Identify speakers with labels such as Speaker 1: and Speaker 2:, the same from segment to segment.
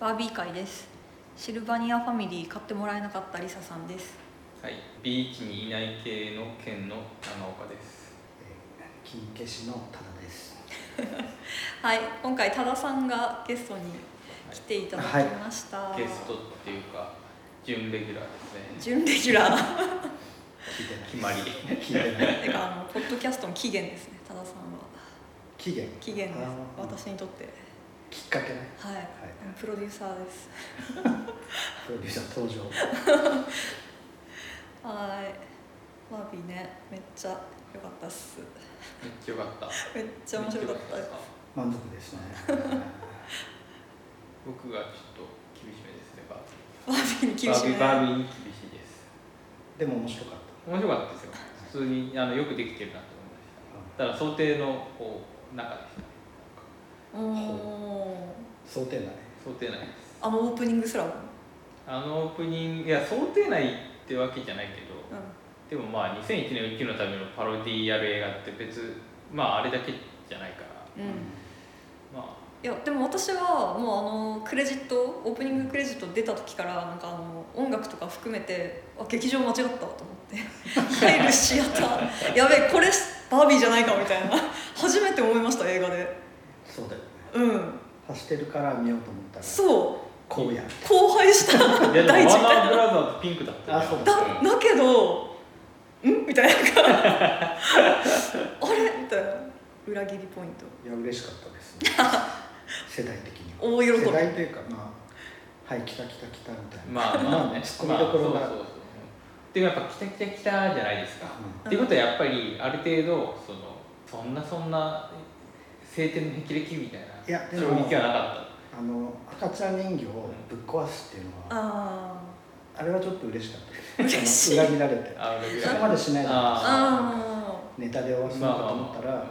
Speaker 1: バービー会ですシルバニアファミリー買ってもらえなかったリサさんです
Speaker 2: はい、ビーチにいない系の県の長岡です。
Speaker 3: えー金消しのただです。
Speaker 1: はい今回多田さんがゲストに来ていただきました、
Speaker 2: ゲストっていうか、準レギュラーですね。
Speaker 1: 準レギュラー
Speaker 3: 聞い
Speaker 2: 決
Speaker 3: てない。
Speaker 2: まり。
Speaker 3: 聞いてない。
Speaker 1: てかあのポッドキャストの起源ですね多田さんは
Speaker 3: 期限。
Speaker 1: 起源です
Speaker 3: あー
Speaker 1: 私にとって
Speaker 3: きっかけね。
Speaker 1: はい、プロデューサーです
Speaker 3: プロデューサー登場。
Speaker 1: はいバービーねめっちゃ良かったっす
Speaker 2: めっちゃよかった。めっ
Speaker 1: めっちゃ面白かった
Speaker 2: です
Speaker 3: 満 足ですね。
Speaker 2: 僕がちょっと厳しめですね、バー
Speaker 1: バービーに
Speaker 2: ビー。
Speaker 1: 厳しいね
Speaker 2: バービーバービーに厳しいです。
Speaker 3: でも面白かっ
Speaker 2: 面白かったですよ。普通にあのよくできてるなと思いました。ただ想定のこう中でしたね。
Speaker 1: おお
Speaker 3: た。想定内。
Speaker 2: 想定内です。
Speaker 1: あのオープニングすらも、
Speaker 2: あのオープニング、いや、想定内ってわけじゃないけど、
Speaker 1: う
Speaker 2: でもまあ2001年を生きるのためのパロディやる映画って別まああれだけじゃないから
Speaker 1: んうん、
Speaker 2: ま
Speaker 1: いやでも私はもうあのクレジットオープニングクレジット出た時からなんかあの音楽とか含めてあ劇場間違ったと思 って入るシアターやべえこれバービーじゃないかみたいな初めて思いました映画で
Speaker 3: そうだよね。
Speaker 1: うん
Speaker 3: 走ってるから見ようと思ったら。
Speaker 1: そう
Speaker 3: こうや。
Speaker 1: 荒廃した
Speaker 2: あいやでも
Speaker 1: 大事
Speaker 2: ワーナーブラザーズピンクだった
Speaker 3: あそう
Speaker 1: だだけどんみたいな なんかあれみたいな裏切りポイント
Speaker 3: いや嬉しかったです、 ね。世代的には。
Speaker 1: 大喜び
Speaker 3: 世代というかまあはい来た来た来たみたいな。
Speaker 2: まあまあね
Speaker 3: ツッコミどころが
Speaker 2: まあそうそうそうでもやっぱ「きたきたきた」じゃないですか、
Speaker 3: う
Speaker 2: っていうことはやっぱりある程度そのそんなそんな晴天の霹靂みたいない
Speaker 3: やで
Speaker 2: 衝
Speaker 3: も
Speaker 2: 撃はなかっ
Speaker 3: あの赤ちゃん人形をぶっ壊すっていうのは、
Speaker 1: あ
Speaker 3: あれはちょっと嬉しかった
Speaker 1: 嬉
Speaker 3: です。
Speaker 1: しい
Speaker 3: あの裏切られて
Speaker 2: た。あのぐ
Speaker 3: そ
Speaker 2: ら
Speaker 3: こ
Speaker 2: い
Speaker 3: までしないで
Speaker 1: あ
Speaker 2: あ
Speaker 1: あ
Speaker 3: ネタで終わらせようかと思ったら、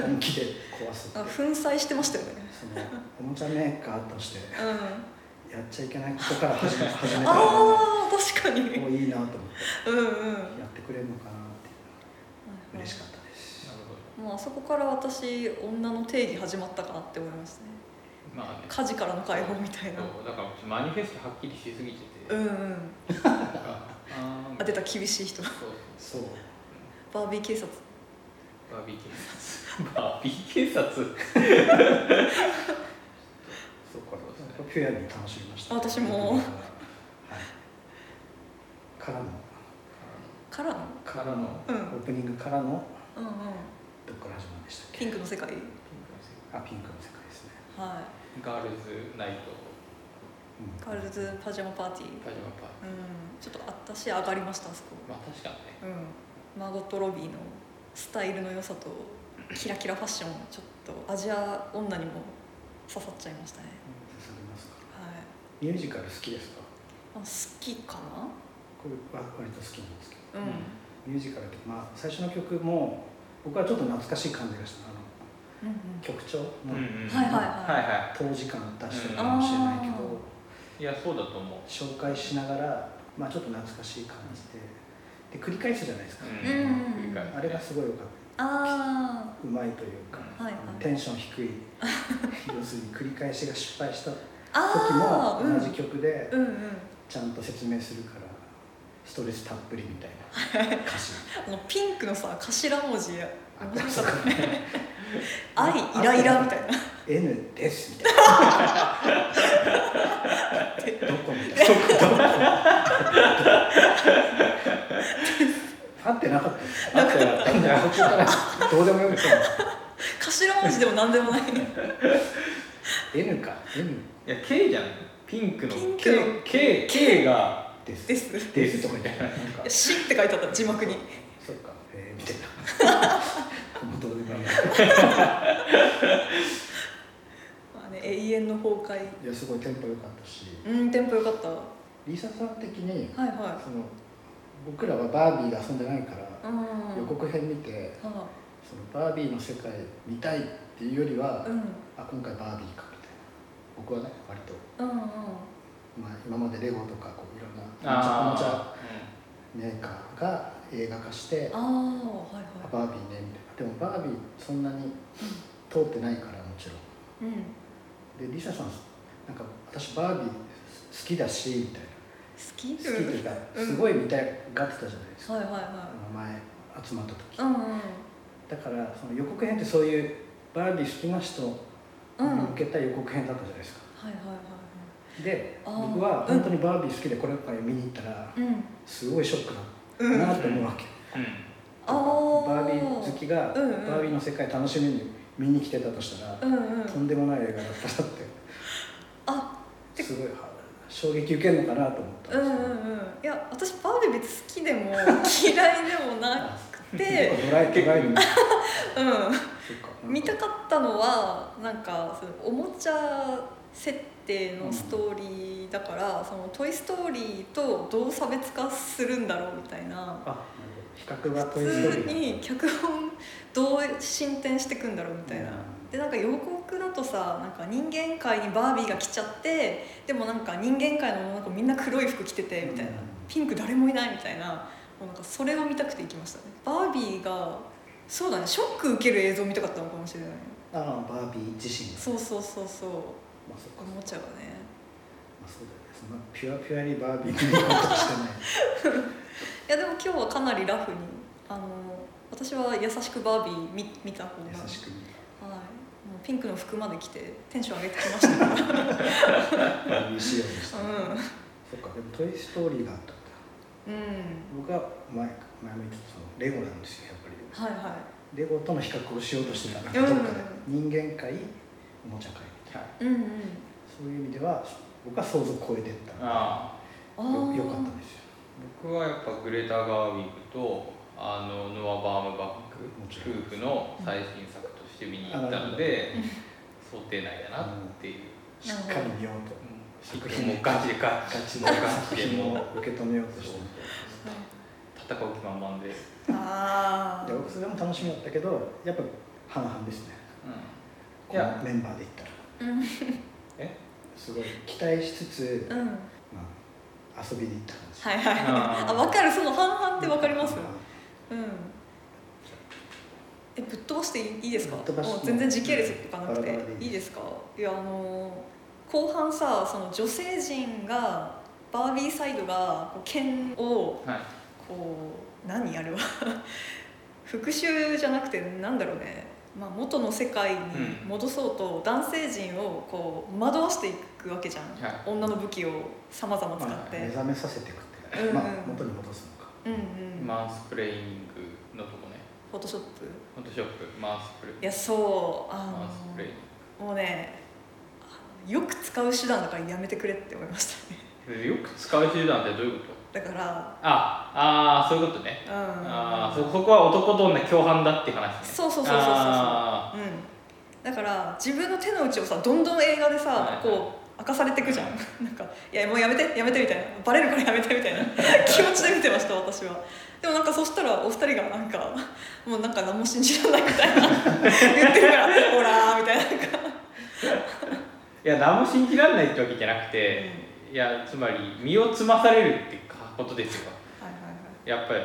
Speaker 3: 本気で壊すって
Speaker 1: あ粉砕してましたよね
Speaker 3: そのおもちゃメーカーとして
Speaker 1: うん
Speaker 3: やっちゃいけないことから始め始めたも
Speaker 1: あー確かにうん
Speaker 3: ういいなと思っ
Speaker 1: うん
Speaker 3: てやってくれるのかなって嬉しかったです
Speaker 2: なるほど
Speaker 1: もうあそこから私女の定義始まったかなって思いましたね
Speaker 2: まあね
Speaker 1: 家事からの解放みたいな
Speaker 2: そうだからマニフェストはっきりしすぎてて、
Speaker 1: うんうん
Speaker 2: なんかあー
Speaker 1: あ出た厳しい人
Speaker 2: そうそう
Speaker 3: そう
Speaker 1: バービー警察
Speaker 2: バービー警察バービ ー警察
Speaker 3: そうかピュアに楽しみました
Speaker 1: 私も
Speaker 3: はいからの
Speaker 1: からの
Speaker 3: から
Speaker 2: う
Speaker 3: の
Speaker 2: ん
Speaker 3: オープニングからの
Speaker 1: うんうん
Speaker 3: どっから始まりましたっけ
Speaker 1: ピンクの世界
Speaker 3: あピンクの世界ですね、
Speaker 1: は
Speaker 2: ガールズナイト
Speaker 3: う
Speaker 1: い
Speaker 3: ん
Speaker 1: ガールズパジャマパーティー
Speaker 2: パジャマパーテ
Speaker 1: うんちょっと私上がりましたあそこ
Speaker 2: ィーまあ確かにね
Speaker 1: うんマーゴット・ロビーのスタイルの良さとキラキラファッションちょっとアジア女にも刺さっちゃいましたね
Speaker 3: 刺さりますか
Speaker 1: はい
Speaker 3: ミュージカル好きですか
Speaker 1: あ好きか
Speaker 3: これは割と好きなんですけど
Speaker 1: なうん、
Speaker 3: ミュージカルって、まあ、最初の曲も僕はちょっと懐かしい感じがしたあ
Speaker 1: う
Speaker 3: の
Speaker 1: んうん
Speaker 3: 曲調
Speaker 2: うん
Speaker 3: の
Speaker 2: うん
Speaker 1: はいはいはい
Speaker 2: はいは
Speaker 3: 当時感出してるかもしれないけ
Speaker 1: う
Speaker 3: ど、
Speaker 1: ん
Speaker 2: いいやそうだと思う
Speaker 3: 紹介しながら、まあ、ちょっと懐かしい感じでで繰り返すじゃないですか、
Speaker 1: うん
Speaker 2: 繰り返すね
Speaker 3: あれがすごい良かった
Speaker 1: あ
Speaker 3: うまいというか、
Speaker 1: はいはい
Speaker 3: あのテンション低い 要するに繰り返しが失敗した時
Speaker 1: あああ
Speaker 3: も同じ曲で
Speaker 1: うんうんうん
Speaker 3: ちゃんと説明するからストレスたっぷりみたいな歌詞
Speaker 1: あのピンクのさ頭文字
Speaker 3: あ
Speaker 1: 面白
Speaker 3: そ
Speaker 1: か
Speaker 3: う
Speaker 1: ったね「 愛イライラ」みたいな
Speaker 3: N ですみたいな。どこみたいな。合ってなかった。合ってなかった。途中からどうでもよくて、
Speaker 1: 頭文字でも何でもない
Speaker 3: N か N
Speaker 2: いや K じゃんピンクの
Speaker 1: ピンクの
Speaker 2: K, K, K が
Speaker 3: です。
Speaker 1: ですい
Speaker 3: ですとか言ってなんか
Speaker 1: や「死」って書いてあった字幕に
Speaker 3: そっかえーみたいな。もうどうでもいい。
Speaker 1: まあね永遠の崩壊
Speaker 3: いやすごいテンポ良かったし、
Speaker 1: うんテンポ良かったは
Speaker 3: リサさん的に
Speaker 1: いは
Speaker 3: その僕らはバービーが遊んでないから
Speaker 1: いうん
Speaker 3: 予告編見て。
Speaker 1: は
Speaker 3: そのバービーの世界見たいっていうよりは、
Speaker 1: あうん
Speaker 3: あ今回バービーかみたいな僕はね割と、
Speaker 1: うんうん
Speaker 3: まあ、今までレゴとかこういろんなお
Speaker 2: あ
Speaker 3: もち
Speaker 2: あ
Speaker 3: ゃメーカーが映画化して
Speaker 1: ああ
Speaker 3: あ
Speaker 1: はいは
Speaker 3: バービーねみたいなでもバービーそんなに通ってないからもちろん
Speaker 1: いうん
Speaker 3: でリサさんなんか私昔バービー好きだしみたいな
Speaker 1: き
Speaker 3: 好きというか
Speaker 1: うん
Speaker 3: すごい見たがってたじゃないですか、
Speaker 1: はいはい
Speaker 3: あ
Speaker 1: は
Speaker 3: の前集まった時
Speaker 1: いうん
Speaker 3: だからその予告編ってそういうバービー好きな人に
Speaker 1: うんうんはい
Speaker 3: 向けた予告編だったじゃないですか、
Speaker 1: はいは
Speaker 3: で
Speaker 1: あー
Speaker 3: 僕は本当にバービー好きでこれから見に行ったら
Speaker 1: いはいうん
Speaker 3: すごいショックだ
Speaker 1: うん
Speaker 3: なって思うわけ、
Speaker 1: あ
Speaker 3: バービー好きが
Speaker 1: う
Speaker 3: バ
Speaker 1: んうん
Speaker 3: ービーの世界楽しみに見に来てたとしたら、
Speaker 1: うんうん
Speaker 3: とんでもない映画だったなっ
Speaker 1: あ
Speaker 3: てすごい衝撃受けるのかなと思ったん
Speaker 1: うん
Speaker 3: で
Speaker 1: う
Speaker 3: す
Speaker 1: ん
Speaker 3: よ
Speaker 1: うんいや私バービー別に好きでも嫌いでもなく て
Speaker 3: 結構ドライドライにそっ
Speaker 1: う
Speaker 3: か
Speaker 1: ん見たかったのはなんかそのおもちゃ設定のストーリーだから、そのトイ・ストーリーとどう差別化するんだろうみたいな
Speaker 3: あなるほど比較がトイストー
Speaker 1: 普
Speaker 3: リー
Speaker 1: 通に脚本どう進展していくんだろうみたいな、
Speaker 3: うん
Speaker 1: でなんか予告だとさなんか人間界にバービーが来ちゃってでもなんか人間界のなんかみんな黒い服着ててみたいな、
Speaker 3: うん
Speaker 1: ピンク誰もいないみたいなもうなんかそれを見たくて行きましたねバービーがそうだねショック受ける映像を見たかったのかもしれない
Speaker 3: ああバービー自身が
Speaker 1: そうそうそうそう
Speaker 3: まあそっか
Speaker 1: おもちゃがね
Speaker 3: まあそうだよねそんなピュアピュアにバービー見ることはしてない
Speaker 1: いやでも今日はかなりラフにあの私は優しくバービー見見た方が
Speaker 3: 優しく見
Speaker 1: はい、もうピンクの服まで着てテンション上げてきましたから、うん、
Speaker 3: たバービー仕様にした、そっかでもトイストーリーがあったんだ
Speaker 1: うん、
Speaker 3: 僕は前前も言ってたそのレゴなんですよやっぱり
Speaker 1: はいは
Speaker 3: レゴとの比較をしようとしてたな
Speaker 1: うん
Speaker 3: どっかで人間界おもちゃ界みたい
Speaker 1: い
Speaker 3: な
Speaker 1: う、んうん、
Speaker 3: そういう意味では僕は想像を超えてった
Speaker 2: ああ
Speaker 1: あ
Speaker 3: よ
Speaker 1: ー
Speaker 3: よかったですよ
Speaker 2: 僕はやっぱグレタ・ガーウィングとあのノア・バームバ
Speaker 3: もち
Speaker 2: ッ
Speaker 3: ろん
Speaker 2: ク夫婦の最新作として見に行ったので想定内だなっていう、
Speaker 3: しっかり見ようと
Speaker 2: うん、もうガチでガ
Speaker 3: ガ
Speaker 2: チ
Speaker 3: チの
Speaker 2: もうガチ
Speaker 3: 作
Speaker 2: で
Speaker 3: 品
Speaker 2: もう
Speaker 3: を受け止めようとして
Speaker 2: 戦う気満々で、うん、
Speaker 1: あ
Speaker 3: で僕それも楽しみだったけどやっぱ半々ですね
Speaker 2: い
Speaker 3: この
Speaker 2: や
Speaker 3: メンバーでいったら
Speaker 1: ーうん
Speaker 2: え
Speaker 3: すごい期待しつつ、
Speaker 1: うん
Speaker 3: まあ、遊びに行った感じ
Speaker 1: はいはい
Speaker 2: あー
Speaker 1: あ分かるその半々って分かります
Speaker 3: あ
Speaker 1: うんえぶっ飛ばしていいいいですか
Speaker 3: ぶっ飛ばして
Speaker 1: もう全然時系列とかなく
Speaker 3: バ
Speaker 1: て
Speaker 3: ラバラで
Speaker 1: い
Speaker 3: いい
Speaker 1: いですかいやあのー後半さその女性陣がバービーサイドがこう剣を
Speaker 2: はい
Speaker 1: こう何あれは 復讐じゃなくてなんだろうね、まあ、元の世界に戻そうと男性陣をこう惑わしていくわけじゃん、
Speaker 2: は
Speaker 1: 女の武器をさまざま使
Speaker 3: ま
Speaker 1: って、
Speaker 3: あ、目覚めさせていくっていう
Speaker 1: うん
Speaker 3: か、まあ、元に戻すのか
Speaker 1: うんうん、
Speaker 2: マンスプレイングのとこね
Speaker 1: フォトショップ
Speaker 2: フォトショップマンスプレ
Speaker 1: いやそうあ
Speaker 2: マンスプレイン
Speaker 1: のもうねよく使う手段だからやめてくれって思いましたね
Speaker 2: グでよく使う手段ってどういうこと
Speaker 1: だから
Speaker 2: ああーそういうことね
Speaker 1: うん
Speaker 2: ああそそこは男と女共犯だっていう話ね
Speaker 1: そうそうそうそうそう
Speaker 2: あ
Speaker 1: うんだから自分の手の内をさどんどん映画でさ、
Speaker 2: はいはい
Speaker 1: こう明かされていくじゃん なんか「いやもうやめてやめて」みたいな「バレるからやめて」みたいな 気持ちで見てました私はでもなんかそしたらお二人がなんかもうなんか何も信じられないみ たいな言ってるから「ほら」みたいななんか
Speaker 2: ーいや何も信じられないってわけじゃなくて、いやつまり身をつまされるってことですよ
Speaker 1: はいはい
Speaker 2: やっぱり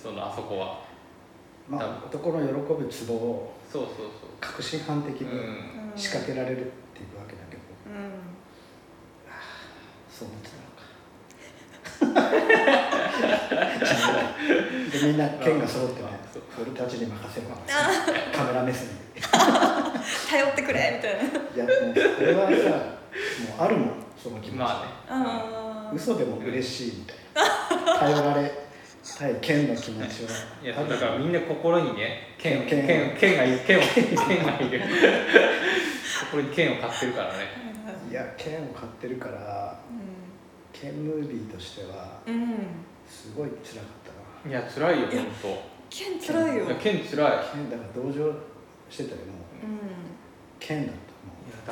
Speaker 2: そのあそこは
Speaker 3: ま
Speaker 2: 多
Speaker 3: あ、男の喜ぶツボを
Speaker 2: そうそう
Speaker 3: 革新犯的
Speaker 2: そう、うん、
Speaker 3: に
Speaker 1: はい、うん、
Speaker 3: 仕掛けられるっていうわけだけど、
Speaker 1: うん
Speaker 3: そう思って たのかでみんな剣が揃ってね
Speaker 2: そう
Speaker 3: 俺たちに任せろカメラ目線で
Speaker 1: 頼ってくれみたいない
Speaker 3: やもうこれはさもうあるもんその気持ち、
Speaker 2: まあね、
Speaker 1: あー
Speaker 3: 嘘でも嬉しいみたいな頼られたい剣の気持ち
Speaker 2: いや
Speaker 3: はある
Speaker 2: だからみんな心にね剣を
Speaker 3: 剣
Speaker 2: 剣を剣がいる剣を剣がいる心に剣を買ってるからね
Speaker 1: はいはい
Speaker 3: いや剣を買ってるから剣ムービーとしては
Speaker 1: うん、うん、
Speaker 3: すごい辛かっ
Speaker 2: いや辛いよ
Speaker 1: いや
Speaker 2: 本
Speaker 1: 剣つらいよ
Speaker 2: 当いや剣辛い
Speaker 3: たな剣だから同情してたよもう
Speaker 1: うん
Speaker 3: 剣だ
Speaker 2: いや
Speaker 3: っ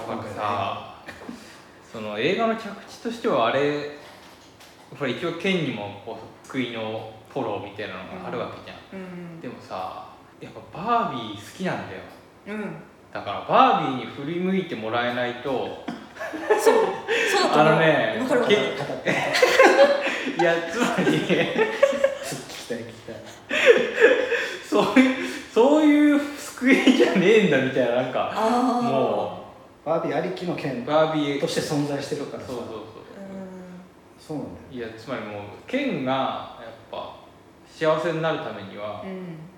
Speaker 3: た
Speaker 2: だ
Speaker 3: もう
Speaker 2: からさその映画の着地としてはあれほら一応剣にもこう得意のフォローみたいなのがあるわけじゃん、
Speaker 1: うん
Speaker 2: でもさやっぱバービー好きなんだよ
Speaker 1: うん
Speaker 2: だからバービーに振り向いてもらえないと
Speaker 1: そう、そうだと思う。
Speaker 2: あのね
Speaker 1: わかるわか
Speaker 3: 今
Speaker 1: る。
Speaker 3: 回語って
Speaker 2: いやつまり
Speaker 3: 聞きたい聞きたい
Speaker 2: そういうそういう救いじゃねえんだみたいななんか
Speaker 1: ああ。
Speaker 2: も
Speaker 3: バービーありきの剣
Speaker 2: バービー
Speaker 3: として存在してるからさ
Speaker 2: そうそうそう
Speaker 3: そうなんだよ
Speaker 2: いやつまりもう剣がやっぱ幸せになるためには
Speaker 1: う、ん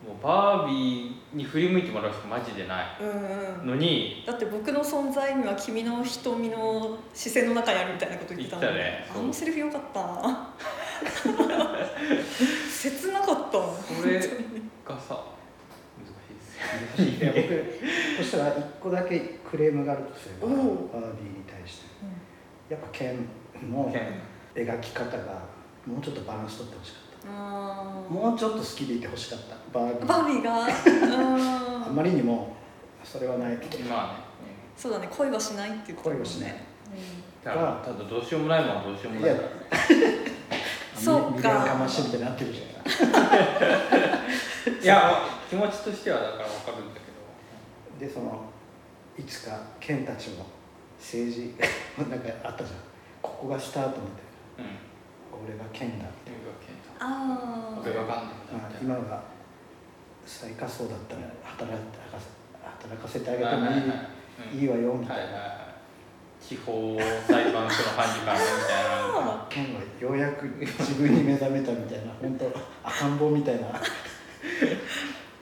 Speaker 2: もうバービーに振り向いてもらうしかマジでない
Speaker 1: うんうん
Speaker 2: のに
Speaker 1: だって僕の存在には君の瞳の視線の中にあるみたいなこと言ってたもん
Speaker 2: 言ってたね
Speaker 1: あのセリフよかった切なかった
Speaker 2: それがさ難しいですよ
Speaker 3: いや
Speaker 2: ね
Speaker 3: 僕そしたら1個だけクレームがあるとすれば
Speaker 1: お
Speaker 3: バー
Speaker 1: う
Speaker 3: ビーに対してやっぱ剣の
Speaker 2: 剣
Speaker 3: 描き方がもうちょっとバランス取ってほしかっ
Speaker 1: あー
Speaker 3: たもうちょっと好きでいてほしかったバービー
Speaker 1: バービーがう
Speaker 3: あ
Speaker 1: ーん
Speaker 3: まりにもそれはない
Speaker 2: ま
Speaker 1: そうだね恋はしないっていうことだもんね
Speaker 3: 恋はしない
Speaker 1: うん
Speaker 2: あねただただどうしようもないもんはどうしようもないから
Speaker 1: そうか
Speaker 3: 未練がましいみたいになってるじゃん
Speaker 2: いや気持ちとしてはだから分かるんだけど
Speaker 3: でそのいつか県たちも政治 なんかあったじゃんここがスタートみたいな
Speaker 2: うん
Speaker 3: 俺が県だ、
Speaker 2: というわけ
Speaker 1: あ
Speaker 2: で俺
Speaker 1: ー
Speaker 2: がガンダムだ
Speaker 3: ま
Speaker 2: み
Speaker 3: あ、
Speaker 2: たいな
Speaker 3: 今が最下層だったら働かせ働かせてあげてもいい,、
Speaker 2: はいはいはいうん
Speaker 3: いいわよみた
Speaker 2: はいい
Speaker 3: な、
Speaker 2: はいはい地方裁判所の判事からねみたいな
Speaker 3: 県はようやく自分に目覚めたみたいな本当赤ん坊みたいな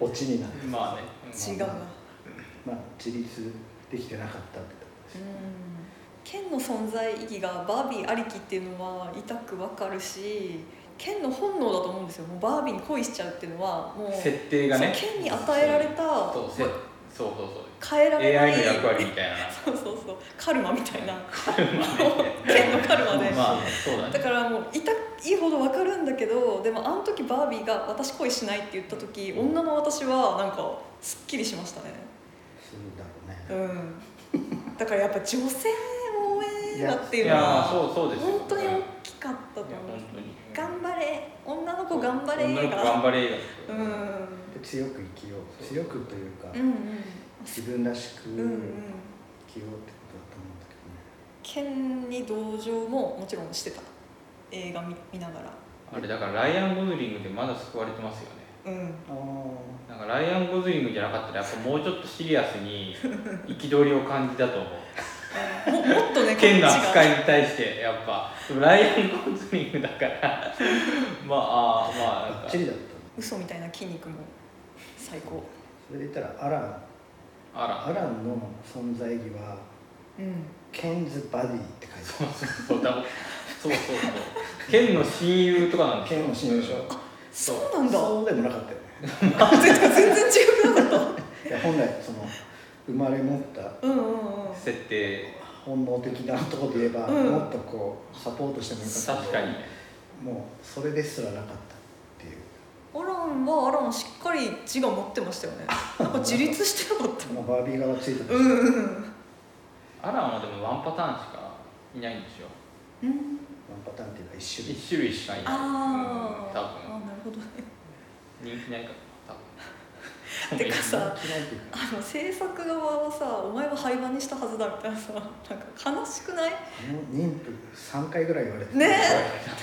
Speaker 3: オチになる
Speaker 2: まあね、
Speaker 1: 違う
Speaker 2: う
Speaker 1: わ
Speaker 3: まあ自立できてなかったみ
Speaker 1: う
Speaker 3: たいなん
Speaker 1: 剣の存在意義がバービーありきっていうのは痛くわかるし剣の本能だと思うんですよもうバービーに恋しちゃうっていうのはもう
Speaker 2: 設定がね
Speaker 1: そう剣に与えられた
Speaker 2: そうせそうそう
Speaker 1: 変え
Speaker 2: そ
Speaker 1: ら
Speaker 2: う
Speaker 1: れない
Speaker 2: AI の役割みたいな
Speaker 1: そうそうそうカルマみたいな
Speaker 2: ま
Speaker 1: 剣のカルマで、
Speaker 2: あねそうだ
Speaker 1: だ
Speaker 2: ね
Speaker 1: からもう痛いほど分かるんだけどでもあの時バービーが「私恋しない」って言った時女の私はなんかすっきりしましたね
Speaker 3: するんだろうね、
Speaker 1: うんだからやっぱ女性応援だってい
Speaker 2: いう
Speaker 1: の
Speaker 2: や
Speaker 1: は
Speaker 2: そうそうですよ
Speaker 1: 本当に大
Speaker 2: い
Speaker 1: きかったと
Speaker 2: や
Speaker 1: 思う
Speaker 2: 本当に
Speaker 1: 頑張れ女の子頑張れ
Speaker 2: 女の
Speaker 1: 映
Speaker 2: 子
Speaker 1: 画
Speaker 2: 頑張れ映
Speaker 1: う
Speaker 2: 画
Speaker 1: ん
Speaker 2: だ
Speaker 1: う
Speaker 2: よ
Speaker 3: で強く生きよう強くというか、
Speaker 1: ん
Speaker 3: 自分らしく
Speaker 1: うんうんうん
Speaker 3: 生きようってことだと思うんだ
Speaker 1: 剣
Speaker 3: けどね、
Speaker 1: に同情ももちろんしてた映画見見ながら
Speaker 2: あれだからライアン・ゴズリングでまだ救われてますよね
Speaker 1: うん
Speaker 3: あ
Speaker 2: なんかライアン・ゴズリングじゃなかったらやっぱもうちょっとシリアスに憤りを感じたと思う
Speaker 1: ももっとね
Speaker 2: 剣の
Speaker 1: こっち
Speaker 2: 扱
Speaker 1: が
Speaker 2: いに対してやっぱライアン・ゴズリングだからまああーまあ
Speaker 3: あ
Speaker 2: なん
Speaker 3: バッ
Speaker 2: か
Speaker 3: チリだったね
Speaker 1: 嘘みたいな筋肉も最高
Speaker 3: それで言ったらアラン
Speaker 2: あら
Speaker 3: アランの存在意義は
Speaker 1: うん
Speaker 3: ケンズ・バディって書いて
Speaker 2: そうだそうそうそう剣の親友とかなん
Speaker 3: あ
Speaker 2: で
Speaker 3: る
Speaker 2: すよ
Speaker 3: 剣の親友でしょ
Speaker 1: そ
Speaker 2: そ
Speaker 1: う
Speaker 2: う
Speaker 1: なんだ
Speaker 3: そうでもなかったよね
Speaker 1: あ 全然全然違くなかっ
Speaker 3: いや本来その生まれ持った
Speaker 1: たうんうんうん
Speaker 2: 設定
Speaker 3: 本能的なとこで言えば、
Speaker 1: うん
Speaker 3: もっとこうサポートしてもよかった
Speaker 2: 確かに
Speaker 3: にもうそれですらなかったっていう
Speaker 1: アランはアランしっかり自我持ってましたよねなんか自立してなかった
Speaker 3: もうバービー側ついてたし、
Speaker 1: うんうんうん
Speaker 2: アランはでもワンパターンしかいないんでしょ
Speaker 1: うん
Speaker 3: ワンパターンっていうか一種類
Speaker 2: 一種類しかいない
Speaker 1: あ
Speaker 2: うん
Speaker 1: ーあ
Speaker 2: 多
Speaker 1: なるほどね
Speaker 2: 分人気ないから多分
Speaker 1: てかさ
Speaker 3: 嫌いっていうか
Speaker 1: あの制作側はさお前は廃盤にしたはずだみたいなさなんか悲しくない
Speaker 3: あの妊婦3回ぐらい言われてた
Speaker 1: ね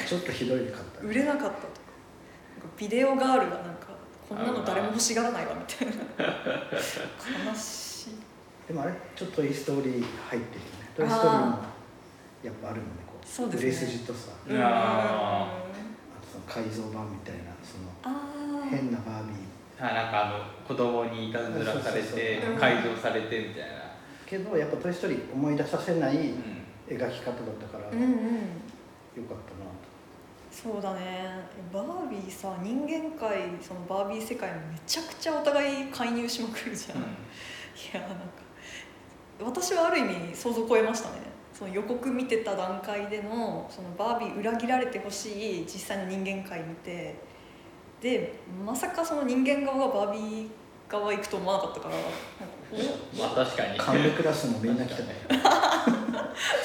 Speaker 3: ちょっとひどいかった
Speaker 1: 売れなかったとかなんかビデオガールがなんかこんなの誰も欲しがらないわみたいな悲しい
Speaker 3: でもあれちょっとトイ・ストーリー入ってるよねトイ・ストーリーもやっぱあるのねこう
Speaker 1: そうですね
Speaker 3: 売れ筋とさあ
Speaker 2: いや
Speaker 3: とその改造版みたいなその
Speaker 1: あー
Speaker 3: 変なバービー
Speaker 2: あなんかあの子供にいたずらされ
Speaker 3: そうそう
Speaker 2: て
Speaker 1: そう
Speaker 2: 改造されてみたいな、
Speaker 3: けどやっぱトイ・ストーリー思い出させない
Speaker 2: うん
Speaker 3: 描き方だったから、
Speaker 1: うん
Speaker 3: よか
Speaker 1: う
Speaker 3: っ
Speaker 1: ん
Speaker 3: た
Speaker 1: そうだねバービーさ人間界そのバービー世界もめちゃくちゃお互い介入しまくるじゃん、
Speaker 2: う
Speaker 1: い
Speaker 2: ん
Speaker 1: やなんか私はある意味想像を超えましたねその予告見てた段階でのそのバービー裏切られてほしい実際の人間界見てでまさかその人間側がバービー側行くと思わなかったからなんかお
Speaker 2: まあ確かに
Speaker 3: な幹部クラスもみんな来てね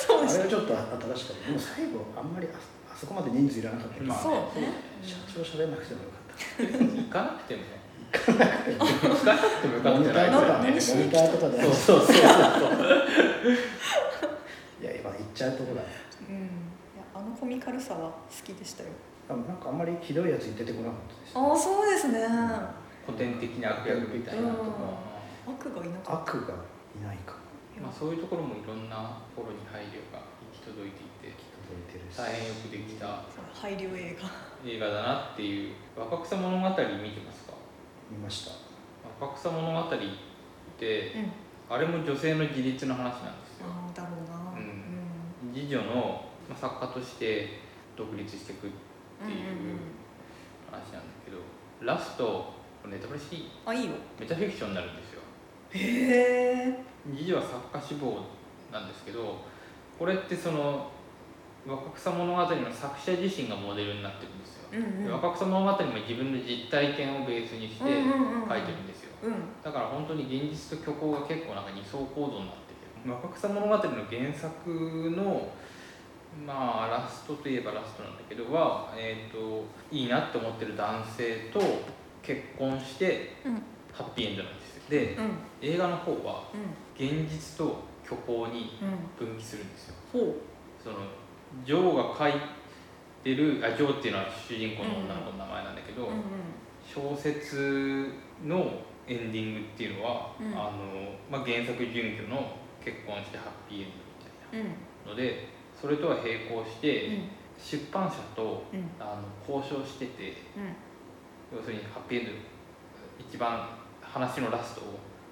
Speaker 1: そう
Speaker 3: あ
Speaker 1: で
Speaker 3: れ
Speaker 1: す
Speaker 3: は
Speaker 1: ね
Speaker 3: ちょっと新しかったでも最後あんまりああそこまで人数いらなかったけど、
Speaker 2: まあ
Speaker 1: そうね
Speaker 3: 社長喋らなくてもよかった
Speaker 2: 行かなくても行かなくても行かな
Speaker 3: モ
Speaker 2: く
Speaker 3: ニ
Speaker 2: てもよかったんじ
Speaker 3: タ
Speaker 2: ゃない
Speaker 3: ーとか
Speaker 1: 何し
Speaker 3: ねモ
Speaker 1: に
Speaker 3: ニ
Speaker 1: 来
Speaker 3: タ
Speaker 1: た
Speaker 3: ーとかで
Speaker 2: そうそうそうそう
Speaker 3: いや今行っちゃうとこだ
Speaker 1: うん、いやあのコミカルさは好きでしたよ
Speaker 3: でもなんかあんまりひどいやつ出てこなかったです
Speaker 1: ああそうですね
Speaker 2: 古典的な悪役みたいなとか
Speaker 1: 悪がいなかっ
Speaker 3: 悪がいないか
Speaker 2: まあ、そういうところもいろんなところに配慮が行き届いていて
Speaker 3: いてるし
Speaker 2: 大変よくできた
Speaker 1: 配慮映画
Speaker 2: 映画だなっていう若草物語見てますか
Speaker 3: 見ました
Speaker 2: 若草物語って
Speaker 1: うん
Speaker 2: あれも女性の自立の話なんですよ
Speaker 1: ああだろうな
Speaker 2: う
Speaker 1: うんん
Speaker 2: 次女のまあ作家として独立していく
Speaker 1: うんうんうん
Speaker 2: 話なんだけどラストこれネタバレしていい
Speaker 1: あいいよ
Speaker 2: メタフィクションになるんですよ
Speaker 1: へえ
Speaker 2: 次女は作家志望なんですけどこれってその若草物語の作者自身がモデルになってるんですよ、
Speaker 1: うんうん
Speaker 2: 若草物語も自分の実体験をベースにして書いて
Speaker 1: うんうんうん
Speaker 2: るんですよ、
Speaker 1: うん
Speaker 2: だから本当に現実と虚構が結構なんか二層構造になってて若草物語の原作のまあラストといえばラストなんだけどは、えー、といいなって思ってる男性と結婚して
Speaker 1: うん
Speaker 2: ハッピーエンドなんですよで
Speaker 1: うん
Speaker 2: 映画の方は
Speaker 1: うん
Speaker 2: 現実と虚構に
Speaker 1: うん
Speaker 2: 分岐するんですよ
Speaker 1: ほう
Speaker 2: そのジョーが書いてるあジョーっていうのは主人公の女の子の名前なんだけど、
Speaker 1: うん
Speaker 2: 小説のエンディングっていうのは、
Speaker 1: うん
Speaker 2: あのまあ、原作準拠の結婚してハッピーエンドみた
Speaker 1: うんうん
Speaker 2: いなのでそれとは並行して、
Speaker 1: うん
Speaker 2: 出版社と
Speaker 1: うん
Speaker 2: あの交渉してて
Speaker 1: うん
Speaker 2: 要するにハッピーエンド一番話のラストを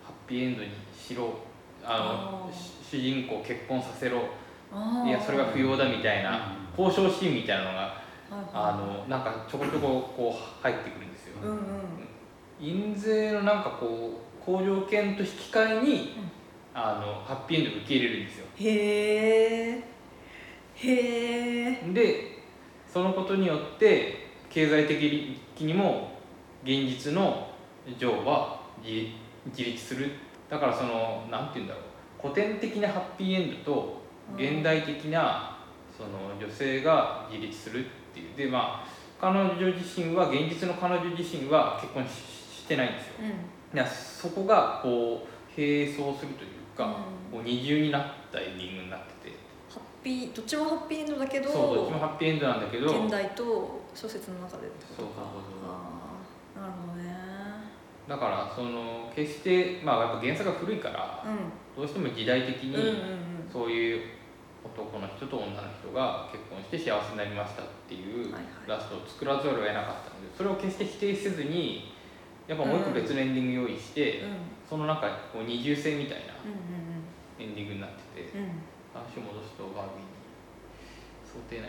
Speaker 2: ハッピーエンドにしろあ
Speaker 1: あ
Speaker 2: の
Speaker 1: ー
Speaker 2: し主人公を結婚させろ
Speaker 1: あー
Speaker 2: いやそれが不要だみたいな
Speaker 3: うん
Speaker 2: 交渉シーンみたいなのが
Speaker 1: はいはい
Speaker 2: あのなんかちょこちょここう入ってくるんですよ。
Speaker 1: うんうん
Speaker 2: 印税のなんかこう工場券と引き換えに、
Speaker 1: うん
Speaker 2: あのハッピーエンドを受け入れるんですよ
Speaker 1: へえへえ
Speaker 2: でそのことによって経済的にも現実のジョーは自自立するだからそのなんて言うんだろう古典的なハッピーエンドと現代的なその女性が自立するっていうでまあ彼女自身は現実の彼女自身は結婚ししてないんですよ
Speaker 1: うん
Speaker 2: いやそこがこう並走するというか、
Speaker 1: うん
Speaker 2: こう二重になったエンディングになってて
Speaker 1: ハッピーどっちもハッピーエンドだけど
Speaker 2: そうどっちもハッピーエンドなんだけど
Speaker 1: 現代と小説の中でってことか
Speaker 2: そうそうそう
Speaker 1: あー
Speaker 2: そう
Speaker 1: なるほどね
Speaker 2: だからその決してまあやっぱ原作が古いからどうしても時代的
Speaker 1: うんうんうん
Speaker 2: にそういう男の人と女の人が結婚して幸せになりましたっていう
Speaker 1: はいはい
Speaker 2: ラストを作らざるを得なかったのでそれを決して否定せずにやっぱもう一個別のエンディング用意して、
Speaker 1: うんうん
Speaker 2: その中こう二重性みたいな
Speaker 1: う
Speaker 2: エンディングになってて。
Speaker 1: んうんうんうん
Speaker 2: 話を戻すとバービーに想定内だ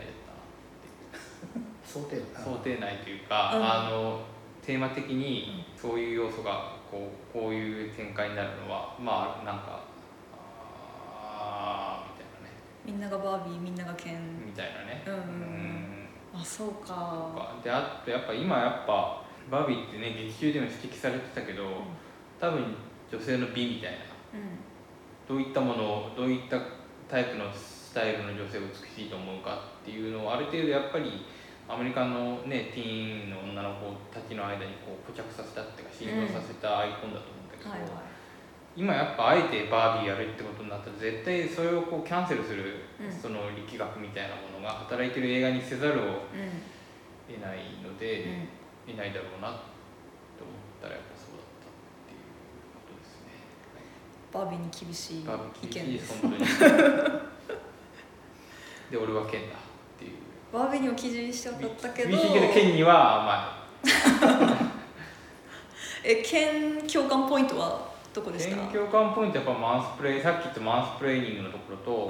Speaker 2: っ
Speaker 3: 想定
Speaker 2: たな
Speaker 3: あ
Speaker 2: 想定内というか、
Speaker 1: うん
Speaker 2: あのテーマ的にそういう要素がこうこういう展開になるのはまあなんかあーみたい
Speaker 1: みんな
Speaker 2: なね
Speaker 1: がバービーみんながケン
Speaker 2: みたいなね
Speaker 1: うんうんうん
Speaker 2: ん
Speaker 1: あそう
Speaker 2: と
Speaker 1: か
Speaker 2: かであとやっぱ今やっぱバービーってね劇中でも指摘されてたけど、多分女性の美みたいな
Speaker 1: うん
Speaker 2: どういったものをどういったタイプのスタイルの女性を美しいと思うかっていうのをある程度やっぱりアメリカのねティーンの女の子たちの間にこう固着させたっていうか浸透させたアイコンだと思うんだけど、
Speaker 1: はいはい
Speaker 2: 今やっぱあえてバービーやるってことになったら絶対それをこうキャンセルする、
Speaker 1: うん
Speaker 2: その力学みたいなものが働いてる映画にせざるを
Speaker 1: う
Speaker 2: 得ないの
Speaker 1: んう
Speaker 2: で、
Speaker 1: ん
Speaker 2: いないだろうなと思ったらやっぱそうだったっ
Speaker 1: バー
Speaker 2: ていうことですね。はい
Speaker 1: ビーに厳しい
Speaker 2: バー
Speaker 1: 意
Speaker 2: ベキュ
Speaker 1: 見
Speaker 2: ー
Speaker 1: です
Speaker 2: 本当 にで俺は剣だっていう
Speaker 1: バービーにも記事にしたかったけど
Speaker 2: 厳しいけど剣には甘
Speaker 1: えケン共感ポイントはどこ
Speaker 2: い
Speaker 1: でした
Speaker 2: 謙虚感ポイントやっぱマンスプレイさっき言ったマンスプレーニングのところ
Speaker 1: うん
Speaker 2: と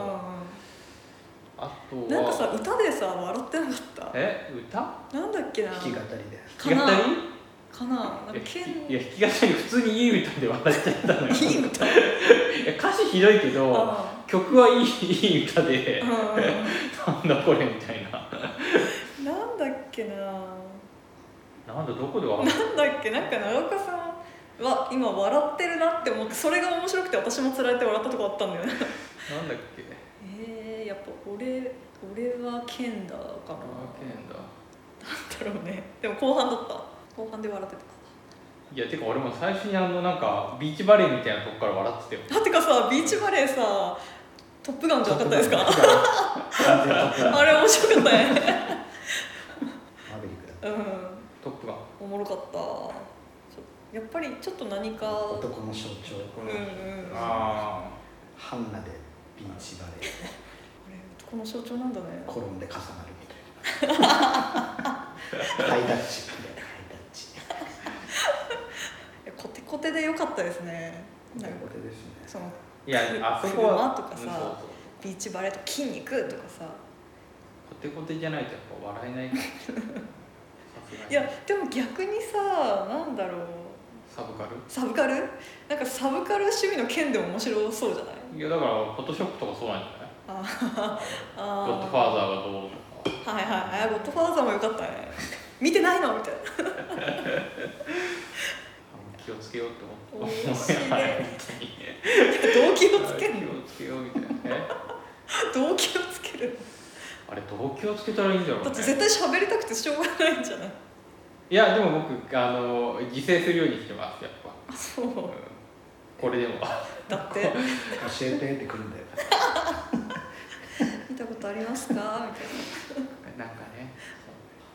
Speaker 2: あと
Speaker 1: う
Speaker 2: は
Speaker 1: んなんかさ歌でさ笑ってなかっ
Speaker 2: え歌
Speaker 1: たなんだっけな
Speaker 3: 弾き語りで
Speaker 2: 弾き語
Speaker 1: かな
Speaker 2: り
Speaker 1: かななんか
Speaker 2: いや
Speaker 1: ケン
Speaker 2: いや弾き語り普通にいい歌で笑っちゃったの
Speaker 1: い
Speaker 2: よ
Speaker 1: い歌
Speaker 2: いや歌詞ひどいけど
Speaker 1: あ
Speaker 2: 曲はいいいい歌で
Speaker 1: あう
Speaker 2: なんだこれみたいなん
Speaker 1: なんだっけな
Speaker 2: なんだどこで笑った
Speaker 1: なんだっけなんか長岡さんは今笑ってるなって思ってそれが面白くて私もつられて笑ったとこあったんだよね
Speaker 2: なんだっけ
Speaker 1: えー、やっぱ俺俺はケンだかな
Speaker 2: あ剣だ
Speaker 1: なんだろうねでも後半だった後半で笑って
Speaker 2: いやてか俺も最初にあのなんかビーチバレーみたいなとこから笑ってたよ
Speaker 1: ただってかさビーチバレーさ「トップガン」じゃなかったですか
Speaker 3: 完全トップガン
Speaker 1: あれ面白かったね
Speaker 3: マーベリックだ
Speaker 1: うん
Speaker 2: トップが
Speaker 1: おもろかったちょやっぱりちょっと何か
Speaker 3: 男の象徴
Speaker 1: うんうん
Speaker 2: あ
Speaker 3: ハンナでビーチバレー
Speaker 1: この象徴なんだね
Speaker 3: 転んで重なるみたいなハイタッチみたいなハイタッチ
Speaker 1: いやコテコテで良かったですねなんか
Speaker 3: ことですね
Speaker 1: その
Speaker 2: いやあそこは
Speaker 1: 車とかさ
Speaker 2: うんそうそう
Speaker 1: ビーチバレーとか筋肉とかさ
Speaker 2: コテコテじゃないとやっぱ笑えないからさすがに
Speaker 1: いやでも逆にさなんだろう
Speaker 2: サブカル
Speaker 1: サブカルなんかサブカル趣味の件でも面白そうじゃない
Speaker 2: いやだからフォトショップとかそうなんじゃないゴッドフ
Speaker 1: あ
Speaker 2: ァーザーがどうとか
Speaker 1: あはいはいあゴッドファーザーも良かったね見てないのみたいな
Speaker 2: あ気をつけようって思
Speaker 1: 面
Speaker 2: って
Speaker 1: 白いね
Speaker 2: 本当に
Speaker 1: 動機をつける
Speaker 2: 気をつけようみたいなえ
Speaker 1: 動機をつける
Speaker 2: あれどう気をつけたらいいんだろう
Speaker 1: だ
Speaker 2: ね
Speaker 1: って絶対喋りたくてしょうがないんじゃない
Speaker 2: いやでも僕あの自制するようにしてますやっぱ
Speaker 1: あそう
Speaker 2: これでもあ
Speaker 1: だって
Speaker 3: 教えてってくるんだよ
Speaker 1: 見たことありますかみたいな
Speaker 2: なんかね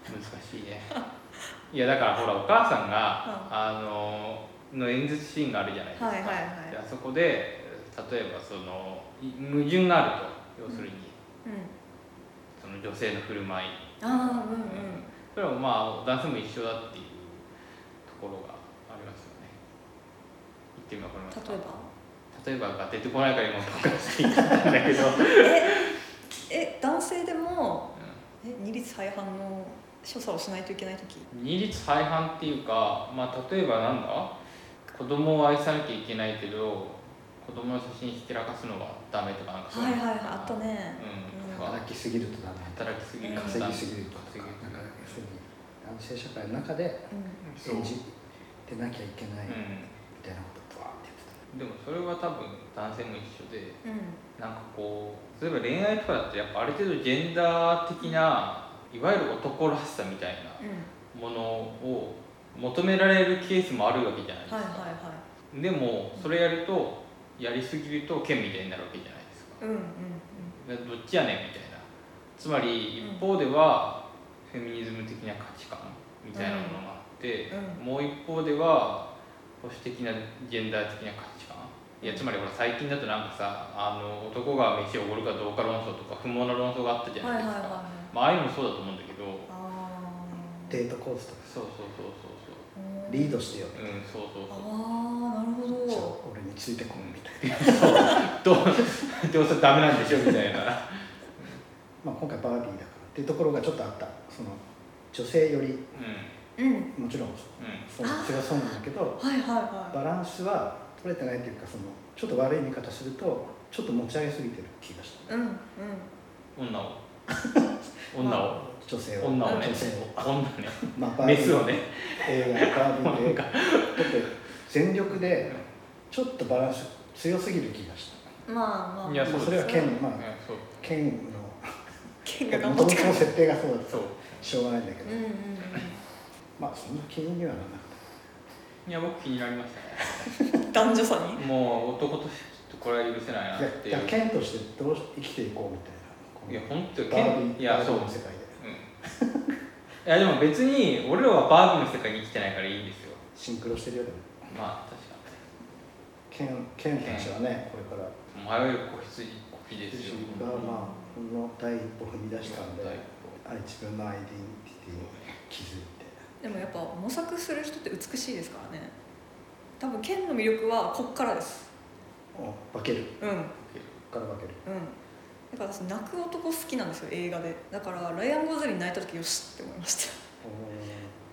Speaker 2: 難しいねいやだからほらお母さんが、あのの演説シーンがあるじゃないですか、
Speaker 1: はいはいはい
Speaker 2: であそこで例えばそのい矛盾があると要するに、
Speaker 1: うん
Speaker 2: その女性の振る舞い、
Speaker 1: ああうんう
Speaker 2: うんそれはまあ男性も一緒だっていうところがありますよね言ってみわかりますか
Speaker 1: 例えば
Speaker 2: 例えばが出てこないから今僕はして言ったんだけど、うん
Speaker 1: え男性でも え二律背反の所作をしないといけない時
Speaker 2: 二律背反っていうか、まあ、例えばなんだ子供を愛さなきゃいけないけど子供の写真ひけらかすのはダメとかなんか
Speaker 1: はいはいはいあった
Speaker 2: う
Speaker 1: ね
Speaker 2: ん、とか
Speaker 3: 働きすぎるとダメ
Speaker 2: 働きすぎる
Speaker 3: 稼ぎすぎるとか
Speaker 2: 稼ぎす
Speaker 3: なん
Speaker 2: ぎ
Speaker 3: か
Speaker 2: る
Speaker 3: 要するに男性社会の中で
Speaker 1: うん
Speaker 2: そう
Speaker 3: 演じてなきゃいけないみ
Speaker 2: う
Speaker 3: たいなことをバーって
Speaker 2: ん
Speaker 3: 言ってた
Speaker 2: でもそれは多分男性も一緒で
Speaker 1: うん
Speaker 2: なんかこう例えば恋愛とかだとやっぱある程度ジェンダー的ないわゆる男らしさみたいな
Speaker 1: うん
Speaker 2: ものを求められるケースもあるわけじゃないですか、
Speaker 1: はいはいはい
Speaker 2: でもそれやるとやりすぎると剣みたいになるわけじゃないです
Speaker 1: う
Speaker 2: か
Speaker 1: んうんうん
Speaker 2: だからどっちやねんみたいなつまり一方ではフェミニズム的な価値観みたいなものがあって、
Speaker 1: う
Speaker 2: もう一方では保守的なジェンダー的な価値観いやつまりほら最近だとなんかさあの男が飯をおごるかどうか論争とか不毛な論争があったじゃ
Speaker 1: はい
Speaker 2: な
Speaker 1: はいいは
Speaker 2: です
Speaker 1: い
Speaker 2: か、
Speaker 1: はい
Speaker 2: まあああいうのもそうだと思うんだけど
Speaker 1: あ
Speaker 3: デートコースとか
Speaker 2: そうそうそうそ
Speaker 1: ー
Speaker 3: リードしてよ
Speaker 2: うそううんそうそう
Speaker 1: あ
Speaker 2: そう
Speaker 1: ーなるほ
Speaker 3: ち
Speaker 1: ど
Speaker 3: ょ俺についてこんみたいな、
Speaker 2: どうどう せダメなんでしょみたいな
Speaker 3: まあ、今回バービーだからっていうところがちょっとあったその女性より
Speaker 2: う
Speaker 1: うん
Speaker 3: もちろん
Speaker 2: んうん
Speaker 3: そのそれがそうなんだけど
Speaker 1: はいはいは
Speaker 3: バランスは取れてないというかそのちょっと悪い見方するとちょっと持ち上げすぎてる気がした
Speaker 1: いうんうん
Speaker 2: 女 を女を
Speaker 3: 女性を
Speaker 2: 女をね
Speaker 3: 女性を
Speaker 2: 女ね
Speaker 3: まあバー ビ
Speaker 2: メ
Speaker 3: ー
Speaker 2: スをね
Speaker 3: 映画バービーの映画だって全力でちょっとバランス強すぎる気がした
Speaker 1: まあまあ
Speaker 2: いや
Speaker 3: まあ
Speaker 2: そう
Speaker 3: それは剣のま
Speaker 2: う
Speaker 3: あ
Speaker 2: んそう
Speaker 3: 剣
Speaker 1: 剣が
Speaker 3: の
Speaker 1: 頑
Speaker 3: も
Speaker 1: 張
Speaker 3: と
Speaker 1: ってく
Speaker 3: もと
Speaker 1: る
Speaker 3: の設定がそうだった
Speaker 2: そう
Speaker 3: しょうがないんだけ
Speaker 1: うん
Speaker 3: ど、
Speaker 1: うんうん
Speaker 3: まあそんな気にはならなかっ
Speaker 2: いや僕気になりました
Speaker 1: 男女差に
Speaker 2: ねもう男としてちょっとこれは許せないな
Speaker 3: たい
Speaker 2: っ
Speaker 3: や
Speaker 2: てい
Speaker 3: いや
Speaker 2: う
Speaker 3: 剣としてどう生きていこうみたいなこの
Speaker 2: いや本当に
Speaker 3: バー
Speaker 2: 剣
Speaker 3: ビー
Speaker 2: いや
Speaker 3: バー
Speaker 2: そ
Speaker 3: ビ
Speaker 2: う
Speaker 3: ーの世界で
Speaker 2: うんいやでも別に俺らはバービーの世界に生きてないからいいんですよ
Speaker 3: シンクロしてるようでも
Speaker 2: まあ確
Speaker 3: 剣剣たちはねこれから
Speaker 2: かに迷える子羊子羊ですよ
Speaker 3: がまあほんの第一歩踏み出したんで
Speaker 2: 第一
Speaker 3: あ自分のアイデンティティに気づいて
Speaker 1: でもやっぱ模索する人って美しいですからね多分剣の魅力はこっからです
Speaker 3: お化ける
Speaker 1: うんうん
Speaker 3: こっから化ける
Speaker 1: だから私泣く男好きなんですよ映画でだからライアン・ゴーズリー泣いた時よしって思いました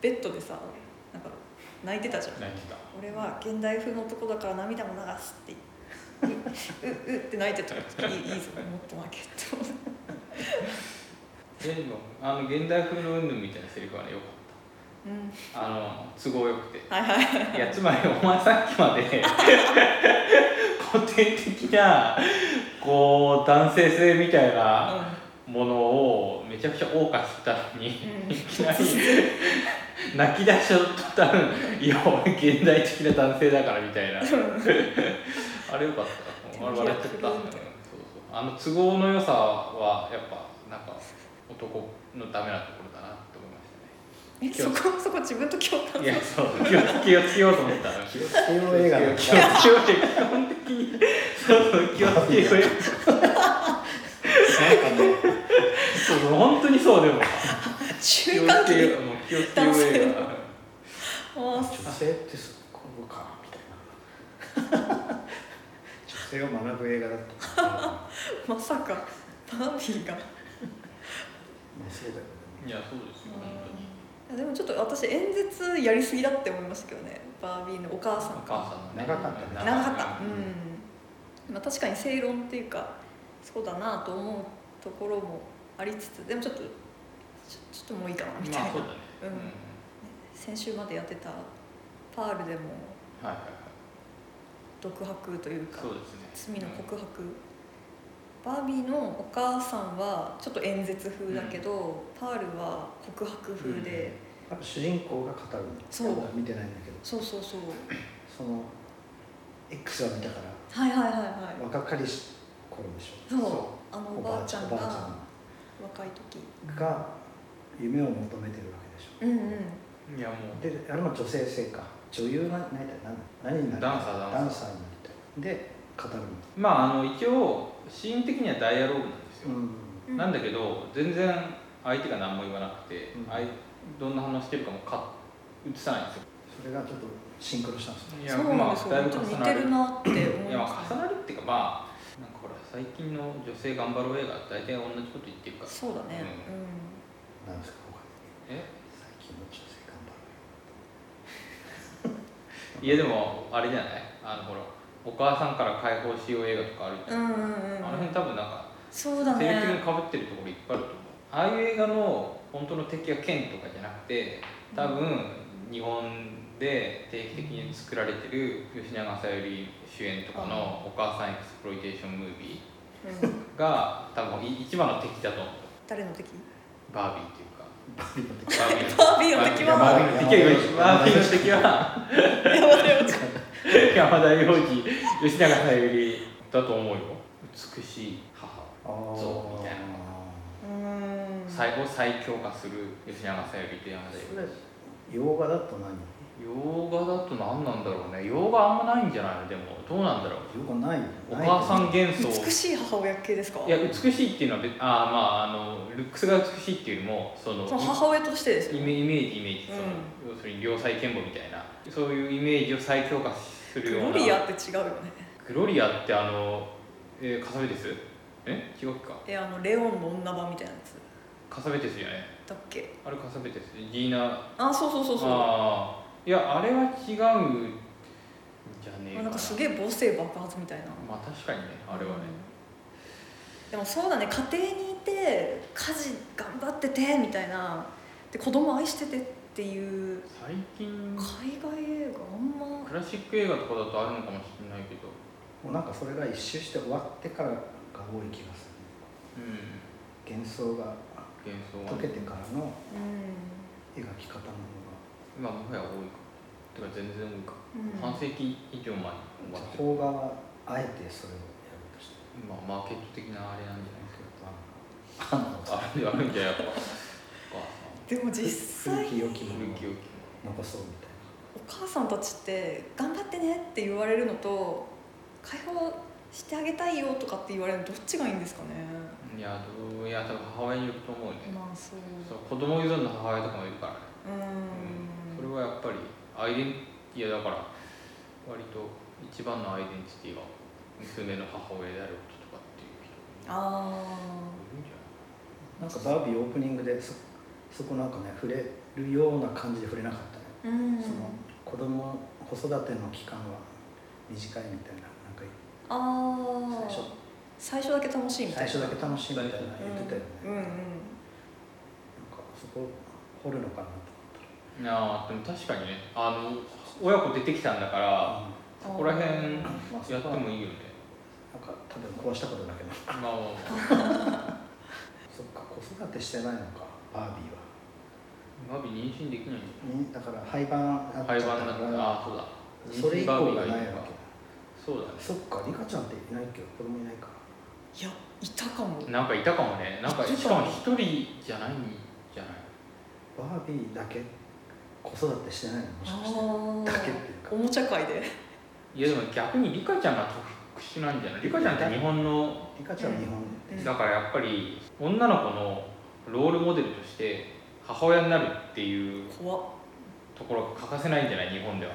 Speaker 1: ベッドでさなんか泣いてたじゃん
Speaker 2: 泣いてた
Speaker 1: 俺は現代風の男だから涙も流すってう ううって泣いてた時いいいいぞもっと泣けって思って
Speaker 2: でもあの現代風の云々みたいなセリフはねよかっ
Speaker 1: うん
Speaker 2: たあの都合よくて
Speaker 1: はいはい
Speaker 2: いやつまりお前さっきまで古典的なこう男性性みたいなものをめちゃくちゃ謳歌してたのに、
Speaker 1: うん
Speaker 2: いきなり泣き出しちゃったらいや俺現代的な男性だからみたいなあれよかったあれ笑っちゃったそうそうあの都合の良さはやっぱなんか男のダメなところだなと思いました
Speaker 1: え
Speaker 2: ね
Speaker 1: そこそこ自分と共 感
Speaker 2: いやそう気をつけよう気をつけようと思った
Speaker 3: 気をつけよう映画だ
Speaker 2: 気をつけようって基本的にそうそう気をつけようよ
Speaker 3: なんかね
Speaker 2: そうそう本当にそうでも気
Speaker 1: 中
Speaker 2: を
Speaker 1: 間
Speaker 2: つけ
Speaker 1: 期
Speaker 2: ようもう気をつけよう映画
Speaker 1: あー
Speaker 3: 女性ってこうかみたい な女性を学ぶ映画だったまあ
Speaker 1: まさかバービーが
Speaker 3: そうだよね
Speaker 2: いやそうですよ本当に
Speaker 1: いやでもちょっと私演説やりすぎだって思いましたけどねバービーのお母さ
Speaker 2: お
Speaker 1: ん
Speaker 2: 母さんのね
Speaker 3: 長かったね
Speaker 1: 長かったうん、まあ、確かに正論っていうかそうだなと思うところもありつつでもちょっとちょちょっともういいかなみたい
Speaker 2: ま
Speaker 1: な、
Speaker 2: あそうだね
Speaker 1: うん先週までやってたパールでも
Speaker 2: はいはいはい
Speaker 1: 独白というか
Speaker 2: そうですね
Speaker 1: 罪の告白、バービーのお母さんはちょっと演説風だけど、パールは告白風で、
Speaker 3: やっぱ主人公が語るの
Speaker 1: そう
Speaker 3: まだ見てないんだけど
Speaker 1: そうそうそう
Speaker 3: その X は見たから
Speaker 1: はいはいはいはい
Speaker 3: 若かりし頃でしょ
Speaker 1: そう
Speaker 2: そ
Speaker 1: あの
Speaker 3: お
Speaker 1: お
Speaker 3: ば
Speaker 1: ば
Speaker 3: あ
Speaker 1: あ
Speaker 3: ち
Speaker 1: ち
Speaker 3: ゃ
Speaker 1: ゃ
Speaker 3: ん
Speaker 1: ん
Speaker 3: お
Speaker 1: が
Speaker 3: ばあ
Speaker 1: 若い時
Speaker 3: ちゃんが夢を求めてるわけでし
Speaker 1: うんうん
Speaker 2: うんいやもう
Speaker 3: ょであれも女性性か女優な何だ何になりたい
Speaker 2: ダンサーダンサー
Speaker 3: ダンサーになりたいで語るの
Speaker 2: まああの一応シーン的にはダイアローグなんですよ、
Speaker 3: う
Speaker 1: うん
Speaker 2: なんだけど全然相手が何も言わなくて、
Speaker 3: うん
Speaker 2: あいどんな話してるかもか映さないんですよ
Speaker 3: んそれがちょっとシンクロしたんですね
Speaker 2: い
Speaker 1: そうなんですよ、
Speaker 2: まあだい
Speaker 1: 本当に
Speaker 2: ぶ重
Speaker 1: 似
Speaker 2: な
Speaker 1: て
Speaker 2: る
Speaker 1: るなって思
Speaker 2: い
Speaker 1: い
Speaker 2: や
Speaker 1: ました
Speaker 2: 重なるっていうかまあなんかほら最近の女性頑張ろう映画大体同じこと言ってるから
Speaker 1: そうだね
Speaker 2: う
Speaker 3: なんですか他に
Speaker 2: え
Speaker 3: 最近の女性頑張る
Speaker 2: いやでもあれじゃないあのほらお母さんから解放しよう映画とかある
Speaker 1: う
Speaker 2: じゃ
Speaker 1: ん
Speaker 2: ん、
Speaker 1: うんうんうん
Speaker 2: あの辺多分なんか
Speaker 1: そうだ
Speaker 2: 性的
Speaker 1: ね
Speaker 2: にかぶってるところいっぱいあると思うああいう映画の本当の敵は剣とかじゃなくて多分日本で定期的に作られてる吉永小百合主演とかの「お母さんエクスプロイテーションムービ
Speaker 1: うん
Speaker 2: ー」が多分い一番の敵だと思う
Speaker 1: 誰の敵
Speaker 2: バービーっていうか
Speaker 3: バービーの時
Speaker 2: バービーの
Speaker 1: バービーの敵は
Speaker 3: バ
Speaker 2: バー
Speaker 3: ー
Speaker 2: ビ
Speaker 3: ビー
Speaker 2: ー
Speaker 3: の
Speaker 2: の
Speaker 3: 敵
Speaker 2: 敵
Speaker 3: は
Speaker 2: はバービーの敵は
Speaker 1: 山田洋次
Speaker 2: 山田洋次吉永小百合だと思うよ美しい母
Speaker 3: あ
Speaker 2: そうみたいな
Speaker 1: うーん
Speaker 2: 最後最強化する吉永小百合と山田洋次
Speaker 3: それ洋画だと何
Speaker 2: 洋画だと何なんだろうね洋画あんまないんじゃないのでもどうなんだろう
Speaker 3: 洋画ないよ
Speaker 2: お母さん
Speaker 3: ない
Speaker 2: 幻想
Speaker 1: 美しい母親系ですか
Speaker 2: いや美しいっていうのは別あーまああのルックスが美しいっていうよりもその
Speaker 1: その母親としてです
Speaker 2: イ
Speaker 1: よ
Speaker 2: メイメージイメージその、
Speaker 1: う
Speaker 2: 要するに両妻賢母みたいなそういうイメージを再強化する
Speaker 1: グ
Speaker 2: よう
Speaker 1: ロ
Speaker 2: な
Speaker 1: リアって違うよね
Speaker 2: グロリアってあの、えー、カサベテスえ違うか
Speaker 1: えあのレオンの女版みたいなやつ
Speaker 2: カサベテスじゃない
Speaker 1: だっけ
Speaker 2: あれカサベテスジーナ
Speaker 1: あそうそうそうそうま
Speaker 2: あーいやあれは違うんじゃね
Speaker 1: あ
Speaker 2: えかな
Speaker 1: なんかすげえ母性爆発みたいな
Speaker 2: まあ確かにねあれはね、
Speaker 1: うんでもそうだね家庭にいて家事頑張っててみたいなで子供愛しててっていう
Speaker 2: 最近
Speaker 1: 海外映画あんま
Speaker 2: クラシック映画とかだとあるのかもしれないけど
Speaker 3: もうなんかそれが一周して終わってからが多い気がす
Speaker 2: うん
Speaker 3: る幻想が
Speaker 2: 幻想は
Speaker 3: 解けてからの
Speaker 1: う
Speaker 3: 描き方の方
Speaker 2: 今
Speaker 3: が
Speaker 2: もはや多いかてか全然多いか、
Speaker 1: うん
Speaker 2: 半世紀以上前に終わってる
Speaker 3: 邦画はあえてそれをやろうとしてる
Speaker 2: まあマーケット的なあれなんじゃないです
Speaker 3: けどあの
Speaker 2: かあれであるんじゃやっぱお
Speaker 1: んでも実
Speaker 3: 古
Speaker 1: 際
Speaker 3: き良き
Speaker 2: 母さん
Speaker 3: も
Speaker 2: 古
Speaker 3: のを
Speaker 2: き良き
Speaker 3: 残そうみたいな
Speaker 1: お母さんたちって「頑張ってね」って言われるのと「解放してあげたいよ」とかって言われるのどっちがいいんですかね
Speaker 2: いやどういや多分母親によると思うね、
Speaker 1: まあそう
Speaker 2: そう子供依存の母親とかもいるからね、
Speaker 1: うーん
Speaker 2: それはやっぱりアイデンティティだから割と一番のアイデンティティは娘の母親であることとかっていう人も
Speaker 1: あ
Speaker 2: いるんじゃない
Speaker 3: なんかバービーオープニングでそそこなんかね触れるような感じで触れなかったね
Speaker 1: あうん
Speaker 3: その子供子育ての期間は短いみたいななんか
Speaker 1: あ
Speaker 3: 最
Speaker 1: あ
Speaker 3: 初
Speaker 1: 最初だけ楽しいみたい
Speaker 3: 最
Speaker 1: な
Speaker 3: 初だけ楽しいみたいな言ってたよね、
Speaker 1: うんうん
Speaker 3: なんかそこ掘るのかなと
Speaker 2: ああでも確かにねあの親子出てきたんだから
Speaker 3: 思っ
Speaker 1: うん、
Speaker 2: ここら辺
Speaker 3: たまあそ
Speaker 2: やって
Speaker 3: こはなん
Speaker 2: も
Speaker 3: か
Speaker 2: いいよね
Speaker 3: 多分壊したことだけど
Speaker 2: まあまあま
Speaker 3: そっか子育てしてないのかバービー
Speaker 2: あ
Speaker 3: は
Speaker 2: マビ妊娠できないんじ
Speaker 3: ねだから廃盤
Speaker 2: ゃ
Speaker 3: になっ
Speaker 2: ん
Speaker 3: ちゃ
Speaker 2: 廃
Speaker 3: った
Speaker 2: 盤になっ
Speaker 3: か
Speaker 2: た
Speaker 3: ら
Speaker 2: ああそうだ
Speaker 3: それ以降がないわ
Speaker 2: 妊
Speaker 3: けだ
Speaker 2: 娠バービーのそうだね
Speaker 3: そっかリカちゃんっていないっけど子供いないか
Speaker 1: いやいたかも
Speaker 2: なんかいたかもねなんか
Speaker 1: いたかも
Speaker 2: しかも一人じゃないんじゃない
Speaker 3: バービーだけ子育てしてないのもしか
Speaker 1: あ
Speaker 3: してだけってい
Speaker 1: あおもちゃ界で
Speaker 2: いやでも逆にリカちゃんが特殊なんじゃないリカちゃんって日本の
Speaker 3: リカちゃんは日本
Speaker 1: うん
Speaker 2: だからやっぱり女の子のロールモデルとして母親になるっていう
Speaker 1: 怖っ
Speaker 2: ところが欠かせないんじゃない日本では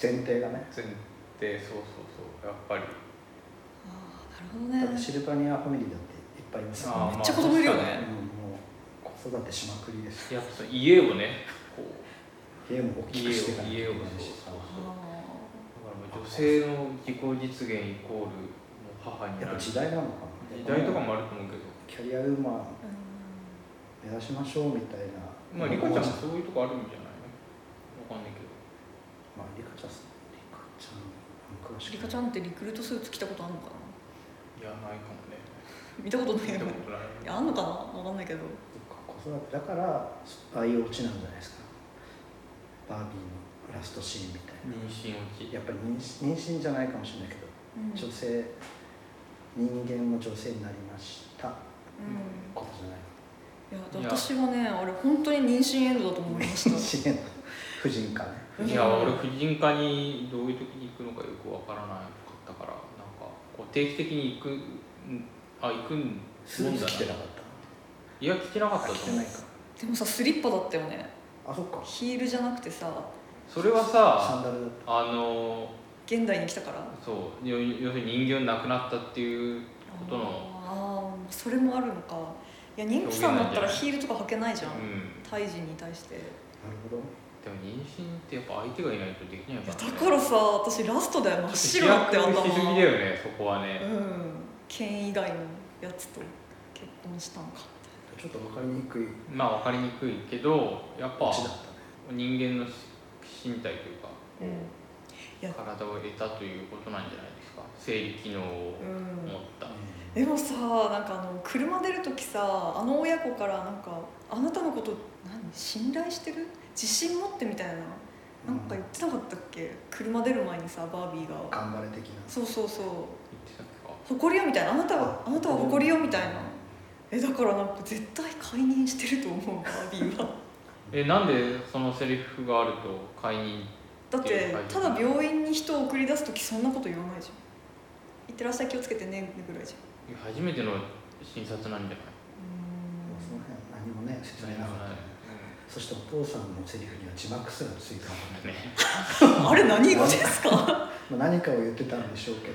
Speaker 3: 前提がね
Speaker 2: 全然そうそうそうやっぱり
Speaker 1: ああな
Speaker 3: だ
Speaker 1: るほど
Speaker 3: って
Speaker 1: ね
Speaker 3: シルバニアファミリーだっていっぱいいますから
Speaker 2: あ
Speaker 3: ね
Speaker 2: ー
Speaker 1: めっちゃ子供いるよね
Speaker 2: まあ
Speaker 3: うんもう子育てしまくりです
Speaker 2: やっぱその家をねこう
Speaker 3: 家も大きくしていかなきゃいけ
Speaker 2: 家を
Speaker 3: ないし
Speaker 2: 家をそう
Speaker 1: あ
Speaker 2: だからもう女性の自己実現イコールもう母に
Speaker 3: やっ
Speaker 2: なる
Speaker 3: ぱ時
Speaker 2: 時
Speaker 3: 代なのかな
Speaker 2: 代とかもあると思うけど
Speaker 3: キャリアウーマン
Speaker 1: ー
Speaker 3: 目指しましょうみたいな
Speaker 2: まあリカちゃんも
Speaker 3: ま
Speaker 2: そういうとこあるんじゃないわかんないけど
Speaker 3: あリカちゃんリカちゃん詳
Speaker 1: う
Speaker 3: し
Speaker 1: んリ
Speaker 3: く
Speaker 1: カちゃんってリクルートスーツ着たことあるのかない
Speaker 2: やないかもね
Speaker 1: 見たことない
Speaker 2: 見
Speaker 1: よ
Speaker 2: たこ
Speaker 1: ね
Speaker 2: とない
Speaker 1: いやあんのかなわかんないけど
Speaker 3: 子育てだからああいうオチなんじゃないですかバービーのラストシーンみたい
Speaker 2: 妊娠落
Speaker 3: な
Speaker 2: ち
Speaker 3: やっぱり妊娠妊娠じゃないかもしれないけど、
Speaker 1: うん
Speaker 3: 女性人間の女性になりました
Speaker 1: うん
Speaker 3: ことじゃない
Speaker 1: い
Speaker 2: い
Speaker 1: や
Speaker 2: や
Speaker 1: 私はねあれ本当に妊娠エンドだと思いました
Speaker 3: 支援の婦人科ね
Speaker 1: うん
Speaker 2: いや俺婦人科にどういう時に行くのかよくわからなかったからなんかこう定期的に行くんあ行くんもん
Speaker 3: スーツ
Speaker 2: だ
Speaker 3: 着てな
Speaker 2: な
Speaker 3: かっ
Speaker 2: いや来てなかったたと
Speaker 3: 着て
Speaker 2: 思
Speaker 3: ないうか
Speaker 1: でもさスリッパだったよね
Speaker 3: あそっか
Speaker 1: ヒールじゃなくてさ
Speaker 2: それは
Speaker 3: サ
Speaker 2: さ
Speaker 3: ンダルだっ
Speaker 2: あの
Speaker 1: 現代に来たから
Speaker 2: そう要要するに人形なくなったっていうことの
Speaker 1: ああそれもあるのかいや妊婦さんだったらヒールとか履けないじゃん
Speaker 2: うん
Speaker 1: 胎児に対してい
Speaker 3: たなるほど
Speaker 2: でも妊娠ってやっぱ相手がいないとできない
Speaker 1: や
Speaker 2: か
Speaker 1: だ
Speaker 2: らね
Speaker 1: からさ私ラストだよ真っ
Speaker 2: 飛
Speaker 1: 白だって
Speaker 2: 躍
Speaker 1: 頭
Speaker 2: しすぎだよねそこは
Speaker 1: う
Speaker 2: ね
Speaker 1: ん剣以外のやつと結婚したのか
Speaker 3: ちょっと分かりにくい
Speaker 2: まあ分かりにくいけどやっぱ
Speaker 3: オチだったね
Speaker 2: 人間の身体というか
Speaker 1: うんいや
Speaker 2: 体を得たということなんじゃないですか生理機能を
Speaker 1: うん
Speaker 2: 持った、
Speaker 1: でもさなんかあの車出る時さあの親子からなんか「あなたのこと何信頼してる自信持って」みたいななんか言ってなかったっけ車出る前にさバービーが
Speaker 3: 頑張れ的な
Speaker 1: そうそうそう
Speaker 2: 言ってたっけか
Speaker 1: 誇りよみたいなあなたはあなたは誇りよみたいなえだからなんか絶対解任してると思うバービー は
Speaker 2: えなんでそのセリフがあると解任
Speaker 1: だってただ病院に人を送り出す時そんなこと言わないじゃん行ってらっしゃい気をつけてねぐらいじゃん
Speaker 2: 初めての診察なんじゃ
Speaker 3: もうその辺何もね説
Speaker 2: ない
Speaker 3: 明なかったねそしてお父さんのセリフには字幕すらついてなかっ
Speaker 2: うんね
Speaker 1: うーんあれ何語です か
Speaker 3: た、まあ、何かを言ってたんでしょうけど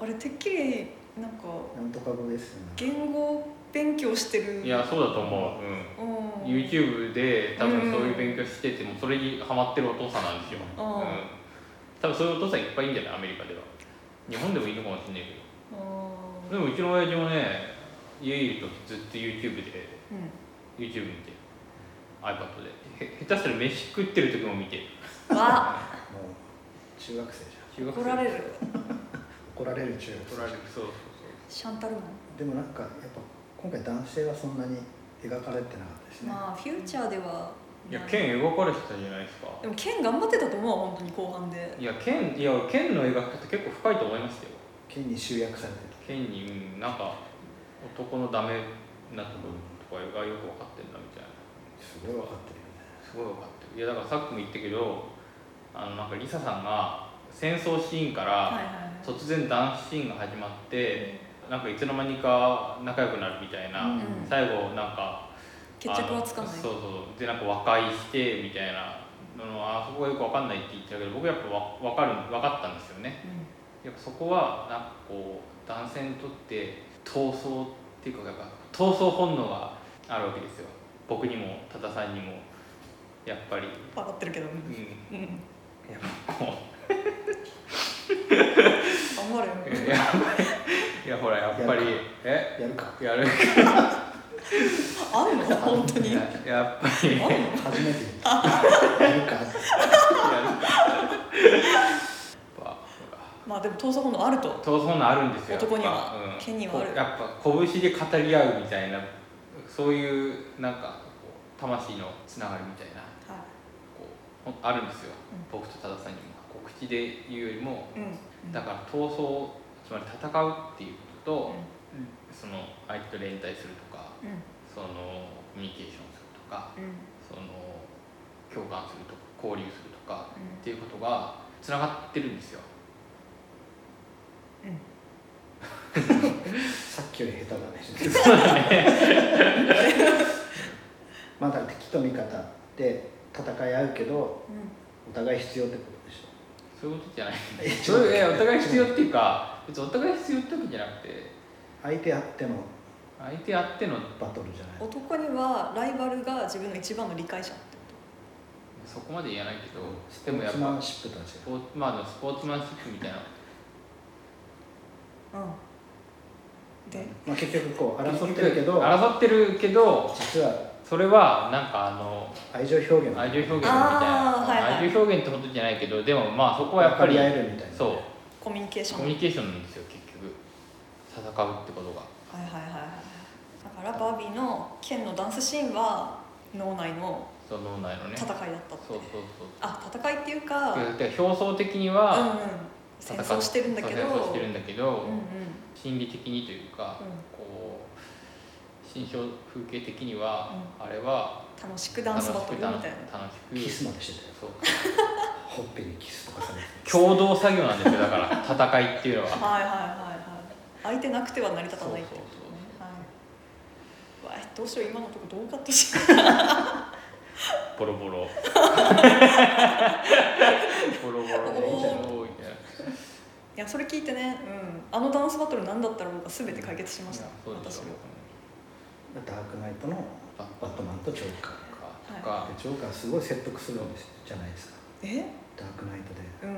Speaker 1: あれてっきりなんか
Speaker 3: なんとか語ですよね
Speaker 1: 言語勉強してる
Speaker 2: いやそうだと思う、うん
Speaker 1: うん
Speaker 2: YouTube で多分そういう勉強しててもそれにハマってるお父さんなんですよ、
Speaker 1: うん
Speaker 2: うん多分そういうお父さんいっぱいいるんじゃないアメリカでは日本でもいいのかもしれないけ
Speaker 1: あ
Speaker 2: どで
Speaker 1: ー
Speaker 2: もうちの親父もね家いる時ずっと YouTube で
Speaker 1: うん
Speaker 2: YouTube 見て iPad でへ下手したら飯食ってる時も見てる
Speaker 1: わ
Speaker 3: もう中学生じゃん
Speaker 2: 中学生
Speaker 1: 怒られる
Speaker 3: 怒られる中学生
Speaker 2: 怒られるそうそう
Speaker 1: シャンタルマン
Speaker 3: でもなんかやっぱ今回男性はそんなに描かれてなかったですね、
Speaker 1: まあフューチャーでは
Speaker 2: そういや剣描かれてたじゃないですか
Speaker 1: でも剣頑張ってたと思うわ本当に後半で
Speaker 2: いや剣いや剣の描き方結構深いと思いますよ
Speaker 3: 剣に集約されて
Speaker 2: 剣に、うん、なんか男のダメなところとかがよく分かってんだみたいな
Speaker 3: たすごい分かってるよね
Speaker 2: すごい分かってるいやだからさっきも言ったけどあのなんかリサさんが戦争シーンか
Speaker 1: はいはいはい
Speaker 2: ら突然ダンスシーンが始まって、なんかいつの間にか仲良くなるみたいな、
Speaker 3: うん
Speaker 2: 最後なんか
Speaker 1: 決着はつかない
Speaker 2: あのそうそうでなんか和解してみたいなののあそこがよく分かんないって言ってたけど僕やっぱわ分かる分かったんですよね
Speaker 1: う
Speaker 2: やっぱそこはなんかこう男性にとって闘争っていうかやっぱ闘争本能があるわけですよ僕にも多田さんにもやっぱり、
Speaker 1: ん分かってるけど、う
Speaker 2: うんん、
Speaker 1: うん、
Speaker 2: やっぱこ
Speaker 1: 頑張
Speaker 2: う
Speaker 1: れよ
Speaker 2: いやいやほらやっぱり
Speaker 3: や
Speaker 2: え
Speaker 3: や るか
Speaker 2: やる
Speaker 1: あんの本当に
Speaker 2: ややっぱりやる
Speaker 3: 初めて言うやるか
Speaker 2: や っぱほら
Speaker 1: まあでも闘争本能あると
Speaker 2: 闘争本能あるんですよ
Speaker 1: 男には
Speaker 2: やっぱ
Speaker 1: 剣にはある
Speaker 2: こうやっぱ拳で語り合うみたいなそういうなんかこう魂のつながりみたいな
Speaker 1: は
Speaker 2: こうほんあるんです
Speaker 1: う
Speaker 2: よ、
Speaker 1: ん
Speaker 2: 僕と多田さんにもこう口で言うよりも、
Speaker 1: い、うん
Speaker 2: だから闘争つまり戦うっていうことと
Speaker 1: うん、
Speaker 2: その相手と連帯するとか
Speaker 1: うん
Speaker 2: そのコミュニケーションするとか
Speaker 1: うんうん
Speaker 2: その共感するとか交流するとかっていうことがつながってるんですよ
Speaker 3: さっきより下手だね
Speaker 2: そうだね
Speaker 3: まだ敵と味方で戦い合うけどお互い必要ってことでしょ
Speaker 2: そういうことじゃない
Speaker 3: え
Speaker 2: そういういやお互い必要っていうか別にお互い必要ってわけじゃなくて
Speaker 3: 相手あっての
Speaker 2: 相手あっての
Speaker 3: バトルじゃない
Speaker 1: 男にはライバルが自分の一番の理解者ってこ
Speaker 2: そこまで言えないけどでもやっ
Speaker 3: スマ
Speaker 2: ぱ
Speaker 3: ンシップとは違
Speaker 2: スポーツまあでもスポーツマンシップみたいな
Speaker 1: とうんで
Speaker 3: う、まあ、結局こう争ってるけど
Speaker 2: 争ってるけど
Speaker 3: 実は
Speaker 2: それはなんかあの
Speaker 3: 愛情表現
Speaker 2: 愛情表現みたい
Speaker 1: あ
Speaker 2: な、
Speaker 1: ーはいはい
Speaker 2: 愛情表現ってことじゃないけどでもまあそこはやっぱり
Speaker 3: 分かり合えるみたいな
Speaker 2: そう
Speaker 1: コミュニケーション
Speaker 2: コミュニケーションなんですよ結局戦うってことが
Speaker 1: はいはいはいはいだからバービーの剣のダンスシーンは脳内の
Speaker 2: その脳内のね
Speaker 1: 戦い
Speaker 2: そう
Speaker 1: だったって、
Speaker 2: そうそう
Speaker 1: あ戦いっていうか、うんうん、
Speaker 2: で表層的には
Speaker 1: 戦争してるんだけど
Speaker 2: そう戦争してるんだけど、
Speaker 1: うんうん
Speaker 2: 心理的にというか、
Speaker 1: うん
Speaker 2: こう心象風景的には、あれは
Speaker 1: 楽しくダンスバトルみたいな
Speaker 2: 楽しく楽
Speaker 3: キ
Speaker 2: し
Speaker 3: ス
Speaker 2: く
Speaker 3: までしてたよ
Speaker 2: そう
Speaker 3: ほっぺにキスとかされて
Speaker 2: 共同作業なんですよだから戦いっていう のは
Speaker 1: はいはいはいはい相手なくては成り立たないって
Speaker 2: そう
Speaker 1: こ
Speaker 2: そ
Speaker 1: と
Speaker 2: うそう
Speaker 1: ねはいわあどうしよう今のとこどうカットしよ
Speaker 2: ボロ ボロボロボロでいいじゃんみたいな
Speaker 1: ういやそれ聞いてね、うん、あのダンスバトル何だったろうが全て解決しました
Speaker 2: そうでし
Speaker 1: 私
Speaker 2: ょ
Speaker 1: も
Speaker 3: ダークナイトの
Speaker 2: バッ
Speaker 3: バットマンとジョーカー
Speaker 2: とかと
Speaker 1: は
Speaker 2: か
Speaker 3: でジョーカーすごい説得するんですじゃないですか
Speaker 1: え
Speaker 3: ダークナイトで
Speaker 1: うん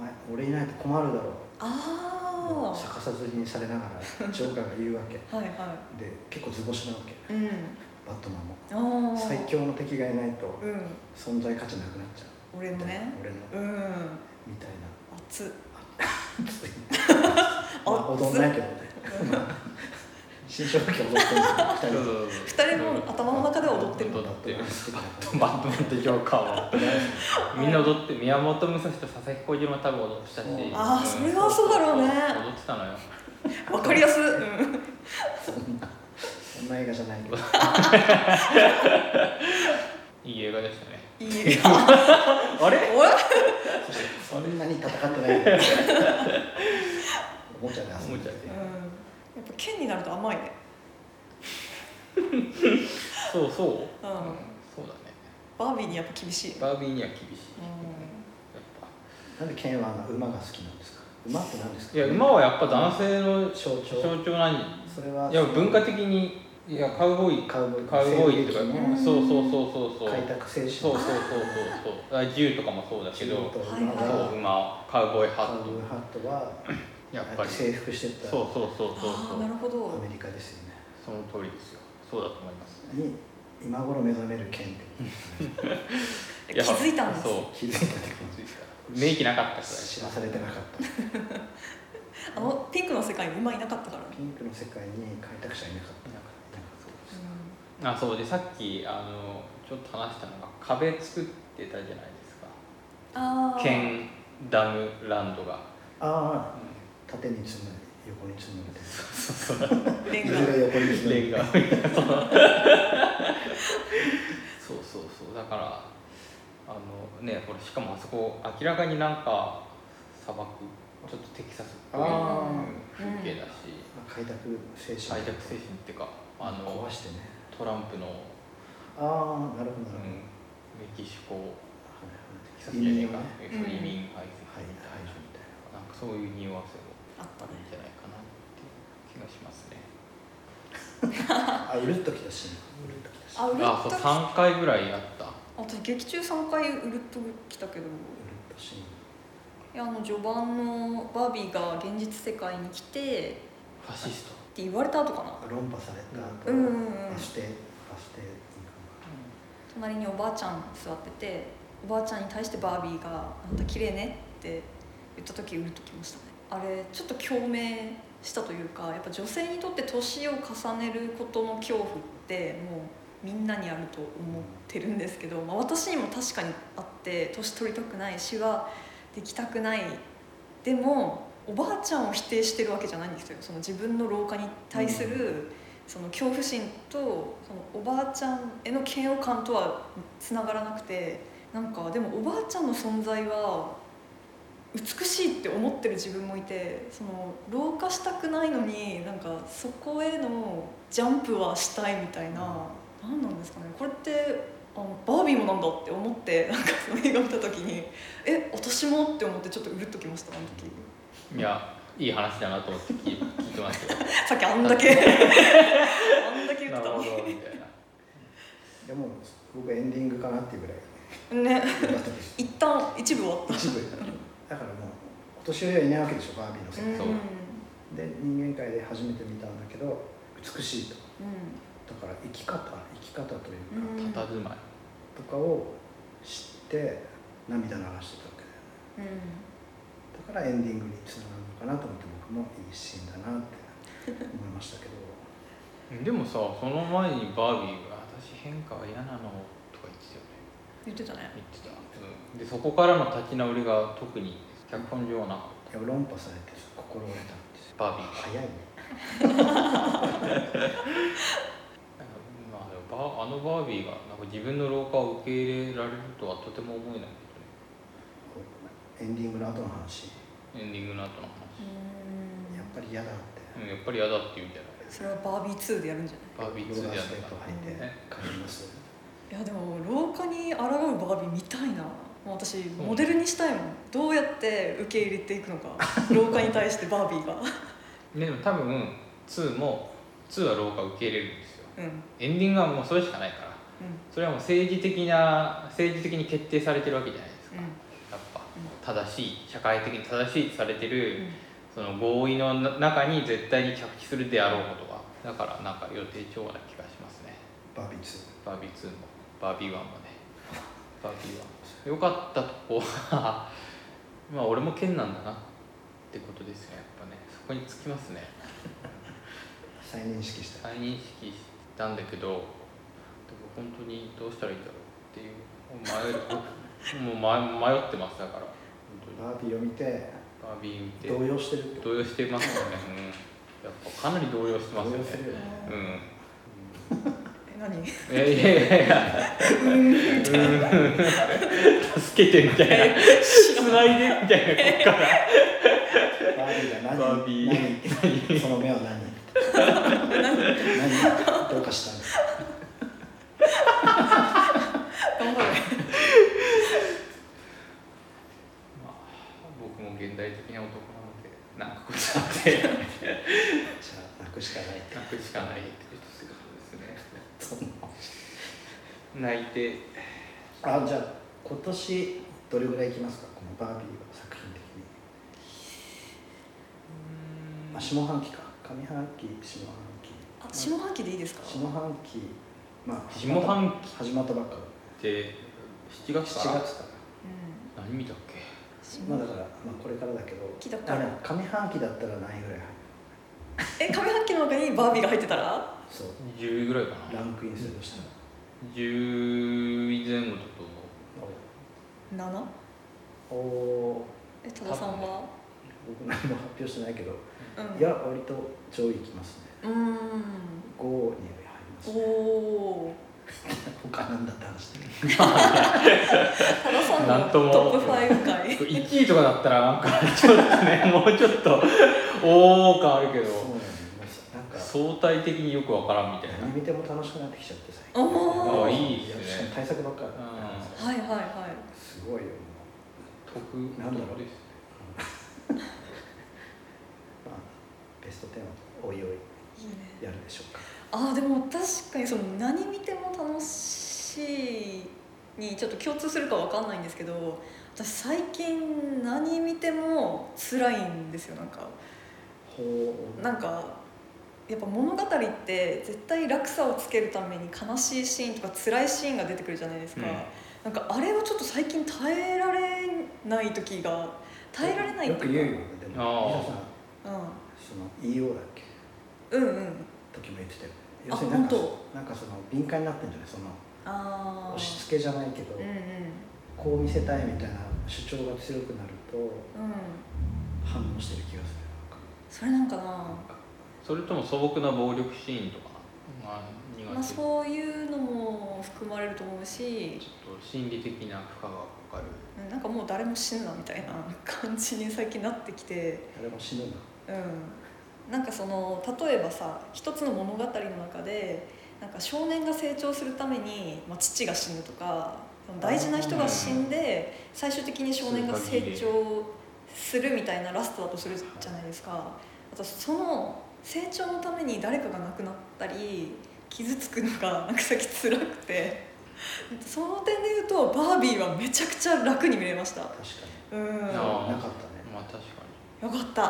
Speaker 3: 「お前俺いないと困るだろう」
Speaker 1: あ
Speaker 3: 逆さずりにされながらジョーカーが言うわけ
Speaker 1: あはいは
Speaker 3: で結構図星なわけ
Speaker 1: いうん
Speaker 3: バットマ
Speaker 1: あ
Speaker 3: ンも
Speaker 1: あ
Speaker 3: 最強の敵がいないと
Speaker 1: うん
Speaker 3: 存在価値なくなっちゃ
Speaker 1: 俺
Speaker 3: うみ
Speaker 1: も
Speaker 3: たいな
Speaker 1: ね
Speaker 3: 俺
Speaker 1: う
Speaker 3: の
Speaker 1: ん
Speaker 3: みたいな
Speaker 1: 熱っ
Speaker 3: まあ踊んないけどね新商品踊ってる2人
Speaker 2: そう
Speaker 3: で
Speaker 2: そう そう
Speaker 1: 二人も頭の中では踊ってる
Speaker 2: 踊
Speaker 3: バッ
Speaker 2: っ
Speaker 3: ト
Speaker 2: てる
Speaker 3: マン好きだから
Speaker 2: バットマンとジョーカーはみんな踊って宮本武蔵と佐々木小次郎も多分踊ってたし
Speaker 3: うん
Speaker 1: あーそれはそうだろうね
Speaker 2: 踊ってたのよ
Speaker 1: わかりやすい、うん、
Speaker 3: そんな映画じゃないけど
Speaker 2: いい映画でしたね
Speaker 1: いい映画
Speaker 2: あれ
Speaker 1: おい
Speaker 3: そんなに戦ってないけどおもちゃで遊んでて
Speaker 1: うん、やっぱ剣になると甘いね、
Speaker 2: そうそう、うん、そうだね
Speaker 1: バービーにやっぱ厳しい、うん、
Speaker 2: バービーには厳しいやっ
Speaker 3: なんで剣はあの馬が好きなんですか馬って何です
Speaker 2: ぱ
Speaker 3: か
Speaker 2: いや馬はやっぱ男性の
Speaker 3: 象徴
Speaker 2: 象徴なん
Speaker 3: それは
Speaker 2: じいや文化的にいやカウボーイ
Speaker 3: カウボーイ
Speaker 2: カウボーイっていうか
Speaker 1: うん
Speaker 2: そうそうそうそうそう
Speaker 3: 開拓精神
Speaker 2: そうそうそうそうそうあ銃とかもそうだけど
Speaker 3: と
Speaker 1: は
Speaker 3: 馬
Speaker 1: い
Speaker 3: が
Speaker 1: は
Speaker 2: そう馬カウボーイハ
Speaker 3: カウ
Speaker 2: ッ
Speaker 3: ボーイ
Speaker 2: ト
Speaker 3: ハットは
Speaker 2: やっぱりそう
Speaker 3: 征服してった
Speaker 2: そうそうそう
Speaker 1: ああ
Speaker 2: そう
Speaker 1: なるほど、
Speaker 3: アメリカですよね
Speaker 2: その通りですよそうだと思います
Speaker 3: に今頃目覚める剣って
Speaker 1: 気づいたんです
Speaker 2: そう
Speaker 3: 気づいたってこ
Speaker 2: 気づいた免疫なかった
Speaker 3: と
Speaker 2: 人
Speaker 3: 知ら
Speaker 2: だし
Speaker 3: されてなかっ
Speaker 1: あ
Speaker 3: た
Speaker 1: のピンクの世界に馬いなかったからね、
Speaker 3: ピンクの世界に開拓者いなかった
Speaker 1: う
Speaker 2: あそうでさっきあのちょっと話したのが壁作ってたじゃないですか
Speaker 1: ん、ああ
Speaker 2: 県ダムランドが、
Speaker 3: ああ縦に積む横に積むみたいな
Speaker 1: レン
Speaker 3: い
Speaker 1: ガ
Speaker 3: ずれ横に積む
Speaker 2: レンガみたいなそのそうそうそうだからあのねこれしかもあそこ明らかになんか砂漠ちょっとテキサスっぽい
Speaker 3: あ
Speaker 1: ー
Speaker 2: 風景だし、
Speaker 3: 開拓精神
Speaker 2: 開拓精神っていうかあの
Speaker 3: 壊してね
Speaker 2: トランプの、
Speaker 3: ああなるほど
Speaker 2: う
Speaker 3: なるほど、
Speaker 2: ん、メキシコテキサスじゃねえ
Speaker 3: 移民をね
Speaker 2: か
Speaker 1: うん
Speaker 2: 移民排
Speaker 3: は
Speaker 2: 斥
Speaker 3: い
Speaker 2: みたい
Speaker 3: 排除みたいな
Speaker 2: ななんかそういう匂わせも
Speaker 1: あった
Speaker 2: あ
Speaker 1: ね
Speaker 2: るんじゃないかなっていう気がしますね
Speaker 3: あうるっときたしうるっときたし
Speaker 1: あう
Speaker 3: うるっ
Speaker 1: るっ
Speaker 2: あ
Speaker 1: と
Speaker 2: そう
Speaker 1: き
Speaker 2: 3回ぐらいやった
Speaker 1: 私劇中3回うるっときたけど
Speaker 3: とし
Speaker 1: いやあの序盤のバービーが現実世界に来てっ
Speaker 2: ファシスト
Speaker 1: て言われた後かな
Speaker 3: 論破された後
Speaker 1: うんうんうん
Speaker 3: バス停バス停
Speaker 1: 隣におばあちゃん座ってておばあちゃんに対してバービーが「あんた綺麗ね」って言った時うるっときましたねあれちょっと共鳴したというかやっぱ女性にとって年を重ねることの恐怖ってもうみんなにあると思ってるんですけど、まあ、私にも確かにあって年取りたくないしはできたくないでもおばあちゃんを否定してるわけじゃないんですよその自分の老化に対するその恐怖心とそのおばあちゃんへの嫌悪感とはつながらなくてなんかでもおばあちゃんの存在は美しいって思ってる自分もいてその老化したくないのになんかそこへのジャンプはしたいみたいな何なんですかねこれってあバービーもなんだって思ってなんかその映画見た時にえ私もって思ってちょっとうるっときましたあの時。
Speaker 2: いやいい話だなと思って聞い聞いてますよ
Speaker 1: さっきあんだけあんだけ言
Speaker 2: な
Speaker 1: って
Speaker 2: る
Speaker 1: た
Speaker 2: ほ
Speaker 1: の
Speaker 2: ど
Speaker 1: に
Speaker 2: みたいな
Speaker 3: でも僕はエンディングかなっていうぐらい
Speaker 1: ね
Speaker 3: 良かったです
Speaker 1: 一旦一部終わった
Speaker 3: 一部だからもうお年寄りはいないわけでしょバービーの世界
Speaker 2: そう
Speaker 3: で人間界で初めて見たんだけど美しいと
Speaker 1: う
Speaker 3: だから生き方生き方という
Speaker 1: ん
Speaker 3: か、
Speaker 1: うん
Speaker 2: 佇まい
Speaker 3: とかを知って涙流してたわけだよね
Speaker 1: う
Speaker 3: だからエンディングにつながるのかなと思って僕もいいシーンだなって思いましたけ ど
Speaker 2: でもさその前にバービーが「私変化は嫌なの」とか言ってたよね
Speaker 1: ん言ってたね
Speaker 2: 言ってた、でそこからの立ち直りが特に脚本上はなかっ
Speaker 3: いや論破されてさ心折れたんですよ
Speaker 2: たバービーが
Speaker 3: 早いね
Speaker 2: なんかまあでもバーあのバービーがなんか自分の老化を受け入れられるとはとても思えない
Speaker 3: エンディングの後の話
Speaker 2: けどねエンディングの後の
Speaker 1: うん
Speaker 3: やっぱり嫌だって
Speaker 2: 話、うん、やっぱり嫌だって言うんじゃない
Speaker 1: それはバービー2でやるんじゃ
Speaker 2: バービー2
Speaker 3: ローラ
Speaker 2: じ
Speaker 3: ー
Speaker 2: ゃ
Speaker 3: スケート
Speaker 2: な
Speaker 3: 履いて
Speaker 2: ね
Speaker 3: 帰ります
Speaker 1: ないいやでも廊下に抗うバービー見たいなもう私モデルにしたいもんどうやって受け入れていくの か廊下に対してバービーが
Speaker 2: でも多分2も2は老化を受け入れるんですよ
Speaker 1: うんうん
Speaker 2: エンディングはもうそれしかないからそれはもう政治的な政治的に決定されてるわけじゃないですか、やっぱ正しい社会的に正しいとされて
Speaker 1: うんう
Speaker 2: る、
Speaker 1: ん
Speaker 2: その合意の中に絶対に着地するであろうことがだからなんか予定調和な気がしますね
Speaker 3: バービー2
Speaker 2: バービー2もバービー1もねバービー1よかったとこは まあ俺も剣なんだなってことですよやっぱねそこにつきますね
Speaker 3: 再認識した
Speaker 2: 再認識したんだけどでも本当にどうしたらいいんだろうっていう迷えるもう 迷迷ってますだから本当に
Speaker 3: バービーを見て
Speaker 2: バービー見て
Speaker 3: 動揺してるってこと
Speaker 2: 動揺してますよね、うん、やっぱかなり動揺してますよね
Speaker 3: 動揺するよね
Speaker 2: うん
Speaker 1: え何
Speaker 2: いやいやい やいや うん助けてみたいな繋いで みたいなこっから
Speaker 3: バービーが何
Speaker 2: バービ
Speaker 3: 何その目は何何どうかしたんですか
Speaker 1: 頑張れ
Speaker 2: まあ僕も現代的な男なのでなんかこっちあって
Speaker 3: じゃあなくしか ない
Speaker 2: 泣くしかないってことですね泣いて
Speaker 3: あじゃあ今年どれぐらいいきますかこのバービーは作品的に、まあ、下半期か上半期下半期
Speaker 1: あ下半期でいいですか
Speaker 3: 下半期まあ
Speaker 2: 下半期
Speaker 3: 始まったばっか
Speaker 2: で7月か
Speaker 3: 7
Speaker 2: ら
Speaker 3: 月から
Speaker 1: うん
Speaker 2: 何見たっけ
Speaker 1: 下
Speaker 3: まあだから、まあ、これからだけど
Speaker 1: 期だから
Speaker 3: あでも上半期だったら何位ぐらい入
Speaker 1: え上
Speaker 3: る
Speaker 1: 半期の中にバービーが入ってたら
Speaker 3: そう
Speaker 2: 10位ぐらいか
Speaker 3: ラ
Speaker 2: な
Speaker 3: ンクインするとしたら
Speaker 2: 10位前後だと思
Speaker 1: 7
Speaker 3: おお
Speaker 1: え多田さんは
Speaker 3: 僕何も発表してないけど、
Speaker 1: うん
Speaker 3: いや割と上位いきますね
Speaker 1: うーん
Speaker 3: 5に入ります、
Speaker 1: お
Speaker 3: ね、
Speaker 1: お
Speaker 3: 他なんだって話で
Speaker 1: 多田さん
Speaker 2: な
Speaker 1: の
Speaker 2: んとも
Speaker 1: トップ5回
Speaker 2: う1位とかだったらなんかちょっとね もうちょっとおお感あるけど
Speaker 3: そうなんですなんか
Speaker 2: 相対的によくわからんみたいな
Speaker 3: 何見ても楽しくなってきちゃって最
Speaker 1: お
Speaker 2: ー
Speaker 3: あ
Speaker 2: いいですね
Speaker 3: しかも対策ばっかりだから
Speaker 2: うん
Speaker 1: はいはいは
Speaker 3: すごいよもう、
Speaker 2: 得
Speaker 3: なんだろう
Speaker 2: 得です
Speaker 3: まあ、ベスト10はおいおい
Speaker 1: いいいね
Speaker 3: やるでしょうか
Speaker 1: あーでも確かにその何見ても楽しいにちょっと共通するかわかんないんですけど私最近何見ても辛いんですよなんか
Speaker 3: ほう
Speaker 1: なんかやっぱ物語って絶対落差をつけるために悲しいシーンとか辛いシーンが出てくるじゃないですか、
Speaker 2: うん
Speaker 1: なんかあれをちょっと最近耐えられない時が耐えられない
Speaker 3: よ
Speaker 1: って
Speaker 3: く言う
Speaker 1: いう
Speaker 3: よで
Speaker 2: あー
Speaker 3: も皆さんその EO だっけ
Speaker 1: うん、うんうん
Speaker 3: 時も言ってたよ
Speaker 1: あ
Speaker 3: 要するになんか
Speaker 1: 本
Speaker 3: なんかその敏感になってんじゃないその
Speaker 1: ああ
Speaker 3: 押し付けじゃないけど、
Speaker 1: うんうん
Speaker 3: こう見せたいみたいな主張が強くなると
Speaker 1: うん
Speaker 3: 反応してる気がするなんか
Speaker 1: それなんかな
Speaker 2: それとも素朴な暴力シーンとかまあ苦手、
Speaker 1: まあ、そういうのも含まれると思うし
Speaker 2: ちょっと心理的な負荷がかかる
Speaker 1: うんなんかもう誰も死ぬなみたいな感じに最近なってきて。
Speaker 3: 誰も死ぬな
Speaker 1: うん、なんかその例えばさ一つの物語の中でなんか少年が成長するために、まあ、父が死ぬとかその大事な人が死んで最終的に少年が成長するみたいなラストだとするじゃないですかあとその成長のために誰かが亡くなったり傷つくのがなんかさっき辛くてその点で言うとバービーはめちゃくちゃ楽に見れました
Speaker 3: 確か
Speaker 1: うんよか
Speaker 2: あー
Speaker 3: になかったね
Speaker 2: まあ確か
Speaker 1: った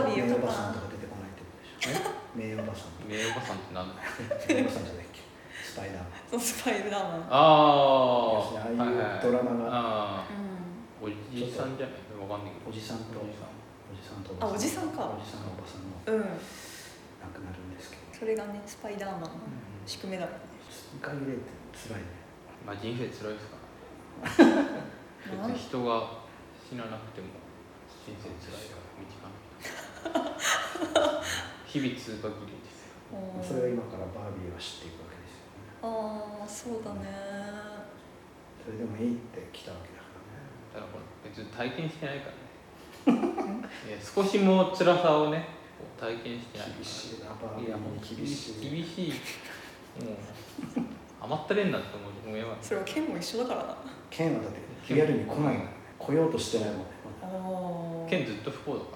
Speaker 1: バービー
Speaker 3: 名
Speaker 1: よ
Speaker 3: お
Speaker 1: か
Speaker 3: ば
Speaker 1: っ
Speaker 3: さん
Speaker 1: た
Speaker 3: とか出てこないってことでしょ 名おばさん
Speaker 2: に名誉さんってなんだ
Speaker 3: とか名おばさんじゃないっけスパイダーマ
Speaker 1: そう
Speaker 3: ン
Speaker 1: スパイダーマン
Speaker 2: ああ
Speaker 3: 要するにああいうドラマ
Speaker 2: あ
Speaker 3: が
Speaker 1: う
Speaker 2: ーおじさんじゃないわかんないけど
Speaker 3: おじさんと
Speaker 2: お
Speaker 3: お
Speaker 2: じ
Speaker 3: じ
Speaker 2: さん
Speaker 3: さんと
Speaker 1: あおじさんか
Speaker 3: おじさんおばさんの
Speaker 1: ん、うん、
Speaker 3: 亡くなるんですけど
Speaker 1: それがねスパイダーマンの宿命だからね
Speaker 3: 2回入れて辛いね
Speaker 2: まあ人生辛いですから
Speaker 1: な
Speaker 2: 別
Speaker 1: ん
Speaker 2: に人が死ななくても人生辛いから短い日々通過儀礼ですよ
Speaker 1: うん
Speaker 3: それを今からバービーは知っていくわけですよね
Speaker 1: ああそうだね
Speaker 3: それでもいいって来たわけだからね
Speaker 2: ただこれ別に体験してない からねいや少しも辛さをねこう体験してないから
Speaker 3: 厳しいなバービ
Speaker 2: いや
Speaker 3: ー
Speaker 2: も
Speaker 3: も
Speaker 2: う
Speaker 3: 厳しい
Speaker 2: 厳しいもう甘ったれんなって思う思えば
Speaker 1: それは剣も一緒だからな
Speaker 3: ケンはだってリアルに来ないの来ようとしてないもんね
Speaker 1: あー
Speaker 2: 剣ずっと不幸だか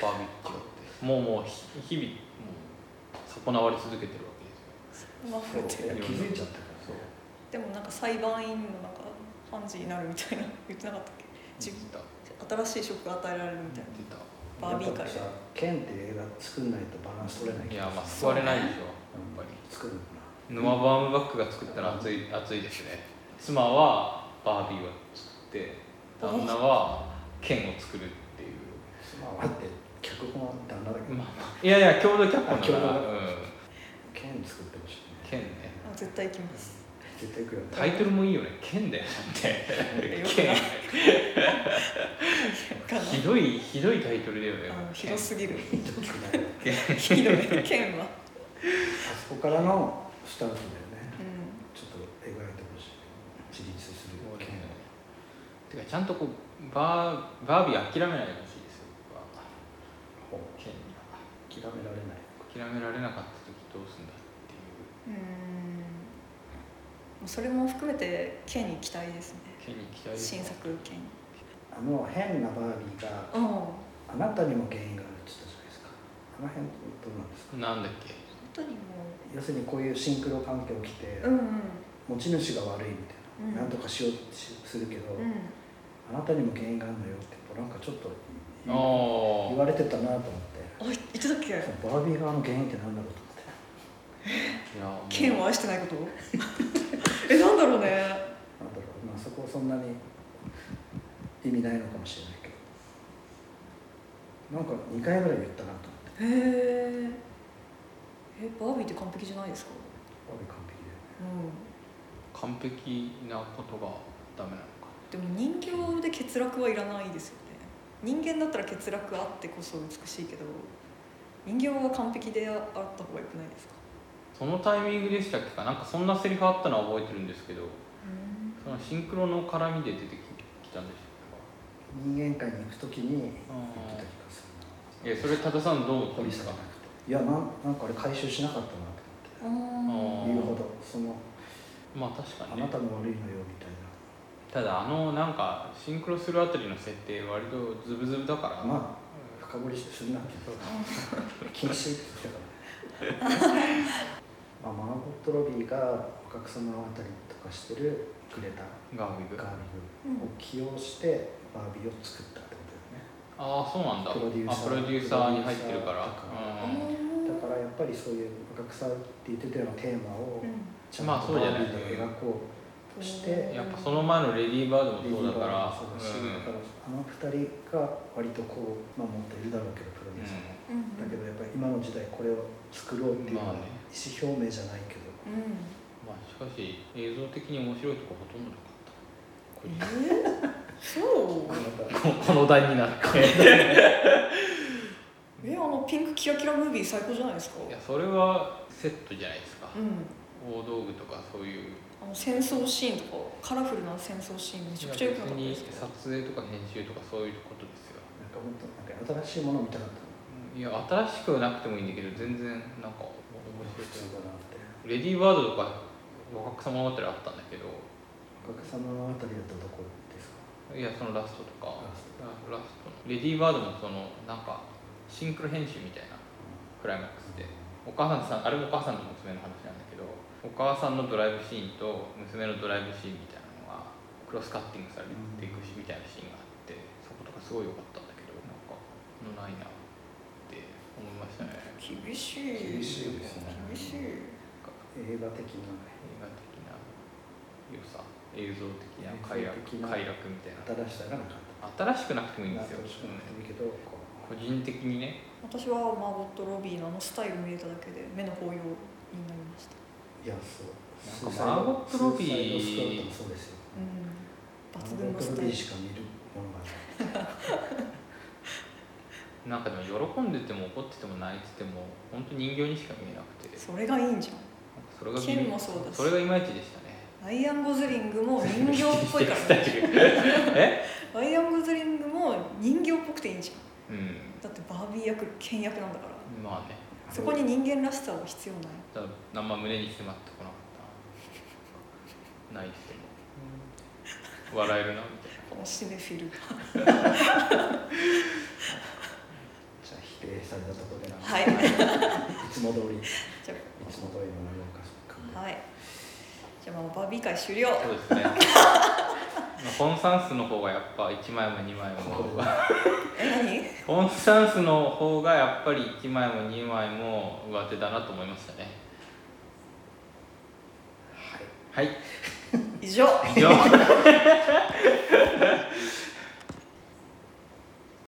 Speaker 2: らバービー違ってもうもうひ日々もう損なわれ続けてるわけですよ
Speaker 1: まあ
Speaker 3: そういや気づいちゃったから
Speaker 2: そう
Speaker 1: でもなんか裁判員のなんか判事になるみたいな 言ってなかったっけ自
Speaker 2: 自
Speaker 1: 分
Speaker 2: 分だ
Speaker 1: 新しい職与えられるみたい
Speaker 2: 出た
Speaker 1: バービー界
Speaker 3: やっぱさケンっていう映画作んないとバランス取れない
Speaker 2: い
Speaker 3: 気
Speaker 2: や
Speaker 3: が
Speaker 2: まあ
Speaker 3: す
Speaker 2: 救
Speaker 3: る
Speaker 2: われないでしょやっぱり
Speaker 3: 作るのか
Speaker 2: 沼バームバックが作ったら熱い熱いですね妻はバービーを作って旦那は剣を作るっていう
Speaker 3: なまあ待って脚本は旦那だけど
Speaker 2: まあいやいや共同脚本だか
Speaker 3: あ
Speaker 2: ら、
Speaker 3: 共同
Speaker 2: うん、
Speaker 3: ケン作ってほしいね
Speaker 2: 剣ね
Speaker 1: なあ絶対行きます
Speaker 3: 絶対来るよね
Speaker 2: タイトルもいいよね剣だよだって
Speaker 1: よくない
Speaker 2: 剣
Speaker 1: わかんない
Speaker 2: ひどいひどいタイトルだよね
Speaker 1: あの広すぎ る
Speaker 3: ちょっと聞いてない
Speaker 1: ひどい剣は
Speaker 3: あそこからのスタートだよね
Speaker 1: うん
Speaker 3: ちょっと描いてほしい自立する
Speaker 2: そうだ
Speaker 3: ケ
Speaker 2: よね
Speaker 3: ン
Speaker 2: てかちゃんとこうバーバービー諦めないでほしいですよ僕は
Speaker 3: を
Speaker 2: 剣には
Speaker 3: 諦められない
Speaker 2: 諦められなかった時どうすんだっていう
Speaker 1: うんそれも含めて剣に期待ですね
Speaker 2: 剣に期待です
Speaker 1: 新作剣
Speaker 3: あの変なバービーが
Speaker 1: うん
Speaker 3: あなたにも原因があるって言ったじゃないですかあの辺どうなんですか
Speaker 2: なんだっけ
Speaker 1: 本当にも
Speaker 3: 要するにこういうシンクロ環境起きて
Speaker 1: ううんうん
Speaker 3: 持ち主が悪いみたいな、
Speaker 1: うん
Speaker 3: なんとかしようとしするけど、
Speaker 1: うん
Speaker 3: あなたにも原因があるのよってやっぱなんかちょっと
Speaker 2: あ
Speaker 3: 言
Speaker 2: あ
Speaker 3: 言われてたなと思って
Speaker 1: あ言ってたっけ
Speaker 3: バービー側の原因ってなんだろうと思って
Speaker 2: いやもう
Speaker 1: 剣を愛してないこと えなんだろうね
Speaker 3: なんだろう、まあ、そこはそんなに意味ないのかもしれないけどなんか2回ぐらい言ったなと思って
Speaker 1: へええバービーって完璧じゃないですか
Speaker 3: バービー完璧だよね
Speaker 1: うん
Speaker 2: 完璧なことがダメなのか
Speaker 1: でも人形で欠落はいらないですよね人間だったら欠落あってこそ美しいけど人形が完璧であった方がよくないですか
Speaker 2: そのタイミングでしたっけかなんかそんなセリフあったのは覚えてるんですけど
Speaker 1: うん
Speaker 2: そのシンクロの絡みで出てきたんでし
Speaker 3: 人間界に行く時に
Speaker 2: ょうか
Speaker 3: 言ってた気がす
Speaker 2: いやそれ多田さんどう
Speaker 3: るな
Speaker 2: 思
Speaker 3: 掘
Speaker 2: うんで
Speaker 3: り
Speaker 2: す
Speaker 3: 下
Speaker 2: か
Speaker 3: がなくていやなんなんかあれ回収しなかったなと思っ
Speaker 1: あ
Speaker 3: て言うほどその
Speaker 2: まあ確か
Speaker 3: あ
Speaker 2: に
Speaker 3: な
Speaker 2: ね
Speaker 3: たも悪いのよみたいな
Speaker 2: ただあのなんかシンクロするあたりの設定割とズブズブだから、
Speaker 3: まあ深掘りするなんて禁止って言ってたからねまあマーゴット・ロビーが若草物語とかしてるくれた
Speaker 2: ガーウィグ
Speaker 3: ガー
Speaker 2: あ
Speaker 3: ビーを起用してバービーを作ったってこと
Speaker 2: あーそうなんだ
Speaker 3: プロデューサー
Speaker 2: あプロデューサーに入ってるから
Speaker 3: プロデュー
Speaker 1: あ
Speaker 3: サ
Speaker 2: うん
Speaker 3: だよねだからやっぱりそういう若草って言ってたようなテーマを
Speaker 1: うん
Speaker 3: ちゃん
Speaker 2: まあ
Speaker 3: と
Speaker 2: そうじ
Speaker 3: バ
Speaker 2: ゃない
Speaker 3: ービーで描こうとして、
Speaker 1: うん
Speaker 2: やっぱその前のレディーバード
Speaker 3: リ
Speaker 2: も
Speaker 3: リ
Speaker 2: そうだか
Speaker 3: ー
Speaker 2: ら
Speaker 3: バーもそうだし、だからあの二人が割とこう、まあ、持っているだろうけどプロデューサー
Speaker 1: う
Speaker 3: も、
Speaker 1: ん
Speaker 3: だけどやっぱり今の時代これを作ろうっていうのは
Speaker 2: まあね
Speaker 3: 意思表明じゃないけど、
Speaker 1: うん
Speaker 2: まあしかし映像的に面白いとこほとんどなかった
Speaker 1: えー、そう
Speaker 3: また
Speaker 2: ここの台になって
Speaker 1: えあのピンクキラキラムービー最高じゃないですか
Speaker 2: いやそれはセットじゃないですか、
Speaker 1: うん
Speaker 2: 大道具とかそういう
Speaker 1: あの戦争シーンとかカラフルな戦争シーンめちゃくちゃ良くなかった
Speaker 2: いや
Speaker 1: ですけ
Speaker 2: 別に
Speaker 1: ど
Speaker 2: 撮影とか編集とかそういうことですよ
Speaker 3: なんかもっとなんか新しいものを見たかったの
Speaker 2: いや新しくはなくてもいいんだけど全然なんか面
Speaker 3: 普
Speaker 2: 白く
Speaker 3: 通
Speaker 2: な
Speaker 3: だなって
Speaker 2: いレディーバードとか若草物語あったんだけど
Speaker 3: お客様のあたりだったところですか
Speaker 2: いやそのラストとか
Speaker 3: ラス
Speaker 2: ララストのレディーバードもそのなんかシンクロ編集みたいなクライマックスでお母さんさんあれもお母さんと娘の話なんだけどお母さんのドライブシーンと娘のドライブシーンみたいなのがクロスカッティングされていくしみたいなシーンがあってそことかすごい良かったんだけどなんかないなって思いましたね
Speaker 1: 厳しい
Speaker 3: 厳しいですね
Speaker 1: 厳しい
Speaker 3: 映画的な
Speaker 2: 映画的な良さ映像的な快楽
Speaker 3: 映像的な
Speaker 2: 快楽みたいな
Speaker 3: 新しさがなかった
Speaker 2: 新しくなくてもいいんですよ、
Speaker 3: 新しくなくてもいいけどこう
Speaker 2: 個人的にね
Speaker 1: 私はマーゴット・ロビーのあのスタイル見れただけで目の抱擁になりました
Speaker 3: いやそう
Speaker 2: なんかマーゴットロビー
Speaker 3: スーサイドスカウトもそう
Speaker 1: うん抜群
Speaker 3: ですよマ
Speaker 1: の
Speaker 3: ーゴッ
Speaker 1: ス
Speaker 3: ト
Speaker 1: タ
Speaker 3: ロ
Speaker 1: イ
Speaker 3: ビ
Speaker 1: ル
Speaker 3: ーしか見るもの
Speaker 2: なん
Speaker 3: がない
Speaker 2: かでも喜んでても怒ってても泣いてても本当人形にしか見えなくて
Speaker 1: それがいいんじゃ
Speaker 2: なんかそれが微妙
Speaker 1: 剣もそうだし
Speaker 2: それがいまいちでしたね
Speaker 1: んアイアン・ゴズリングも人形っぽいからね
Speaker 2: え
Speaker 1: アイアン・ゴズリングも人形っぽくていいんじゃん
Speaker 2: うん
Speaker 1: だってバービー役剣役なんだから
Speaker 2: まあね
Speaker 1: そこに人間らしさは必要ない
Speaker 2: ただあんま胸に迫ってこなかったな泣いてても笑えるなみたいな
Speaker 1: このシネフィルが
Speaker 3: じゃあ否定されたところでなんか
Speaker 1: はい
Speaker 3: いつも通りい
Speaker 1: じゃ
Speaker 3: つも通りの内容か
Speaker 1: あはいじゃあまあバービー会終了
Speaker 2: そうで すねまあコンサンスの方がやっぱ1枚も2枚も
Speaker 1: え何
Speaker 2: コンサンスの方がやっぱり1枚も2枚も上手だなと思いましたねはい
Speaker 1: 以上
Speaker 2: 以上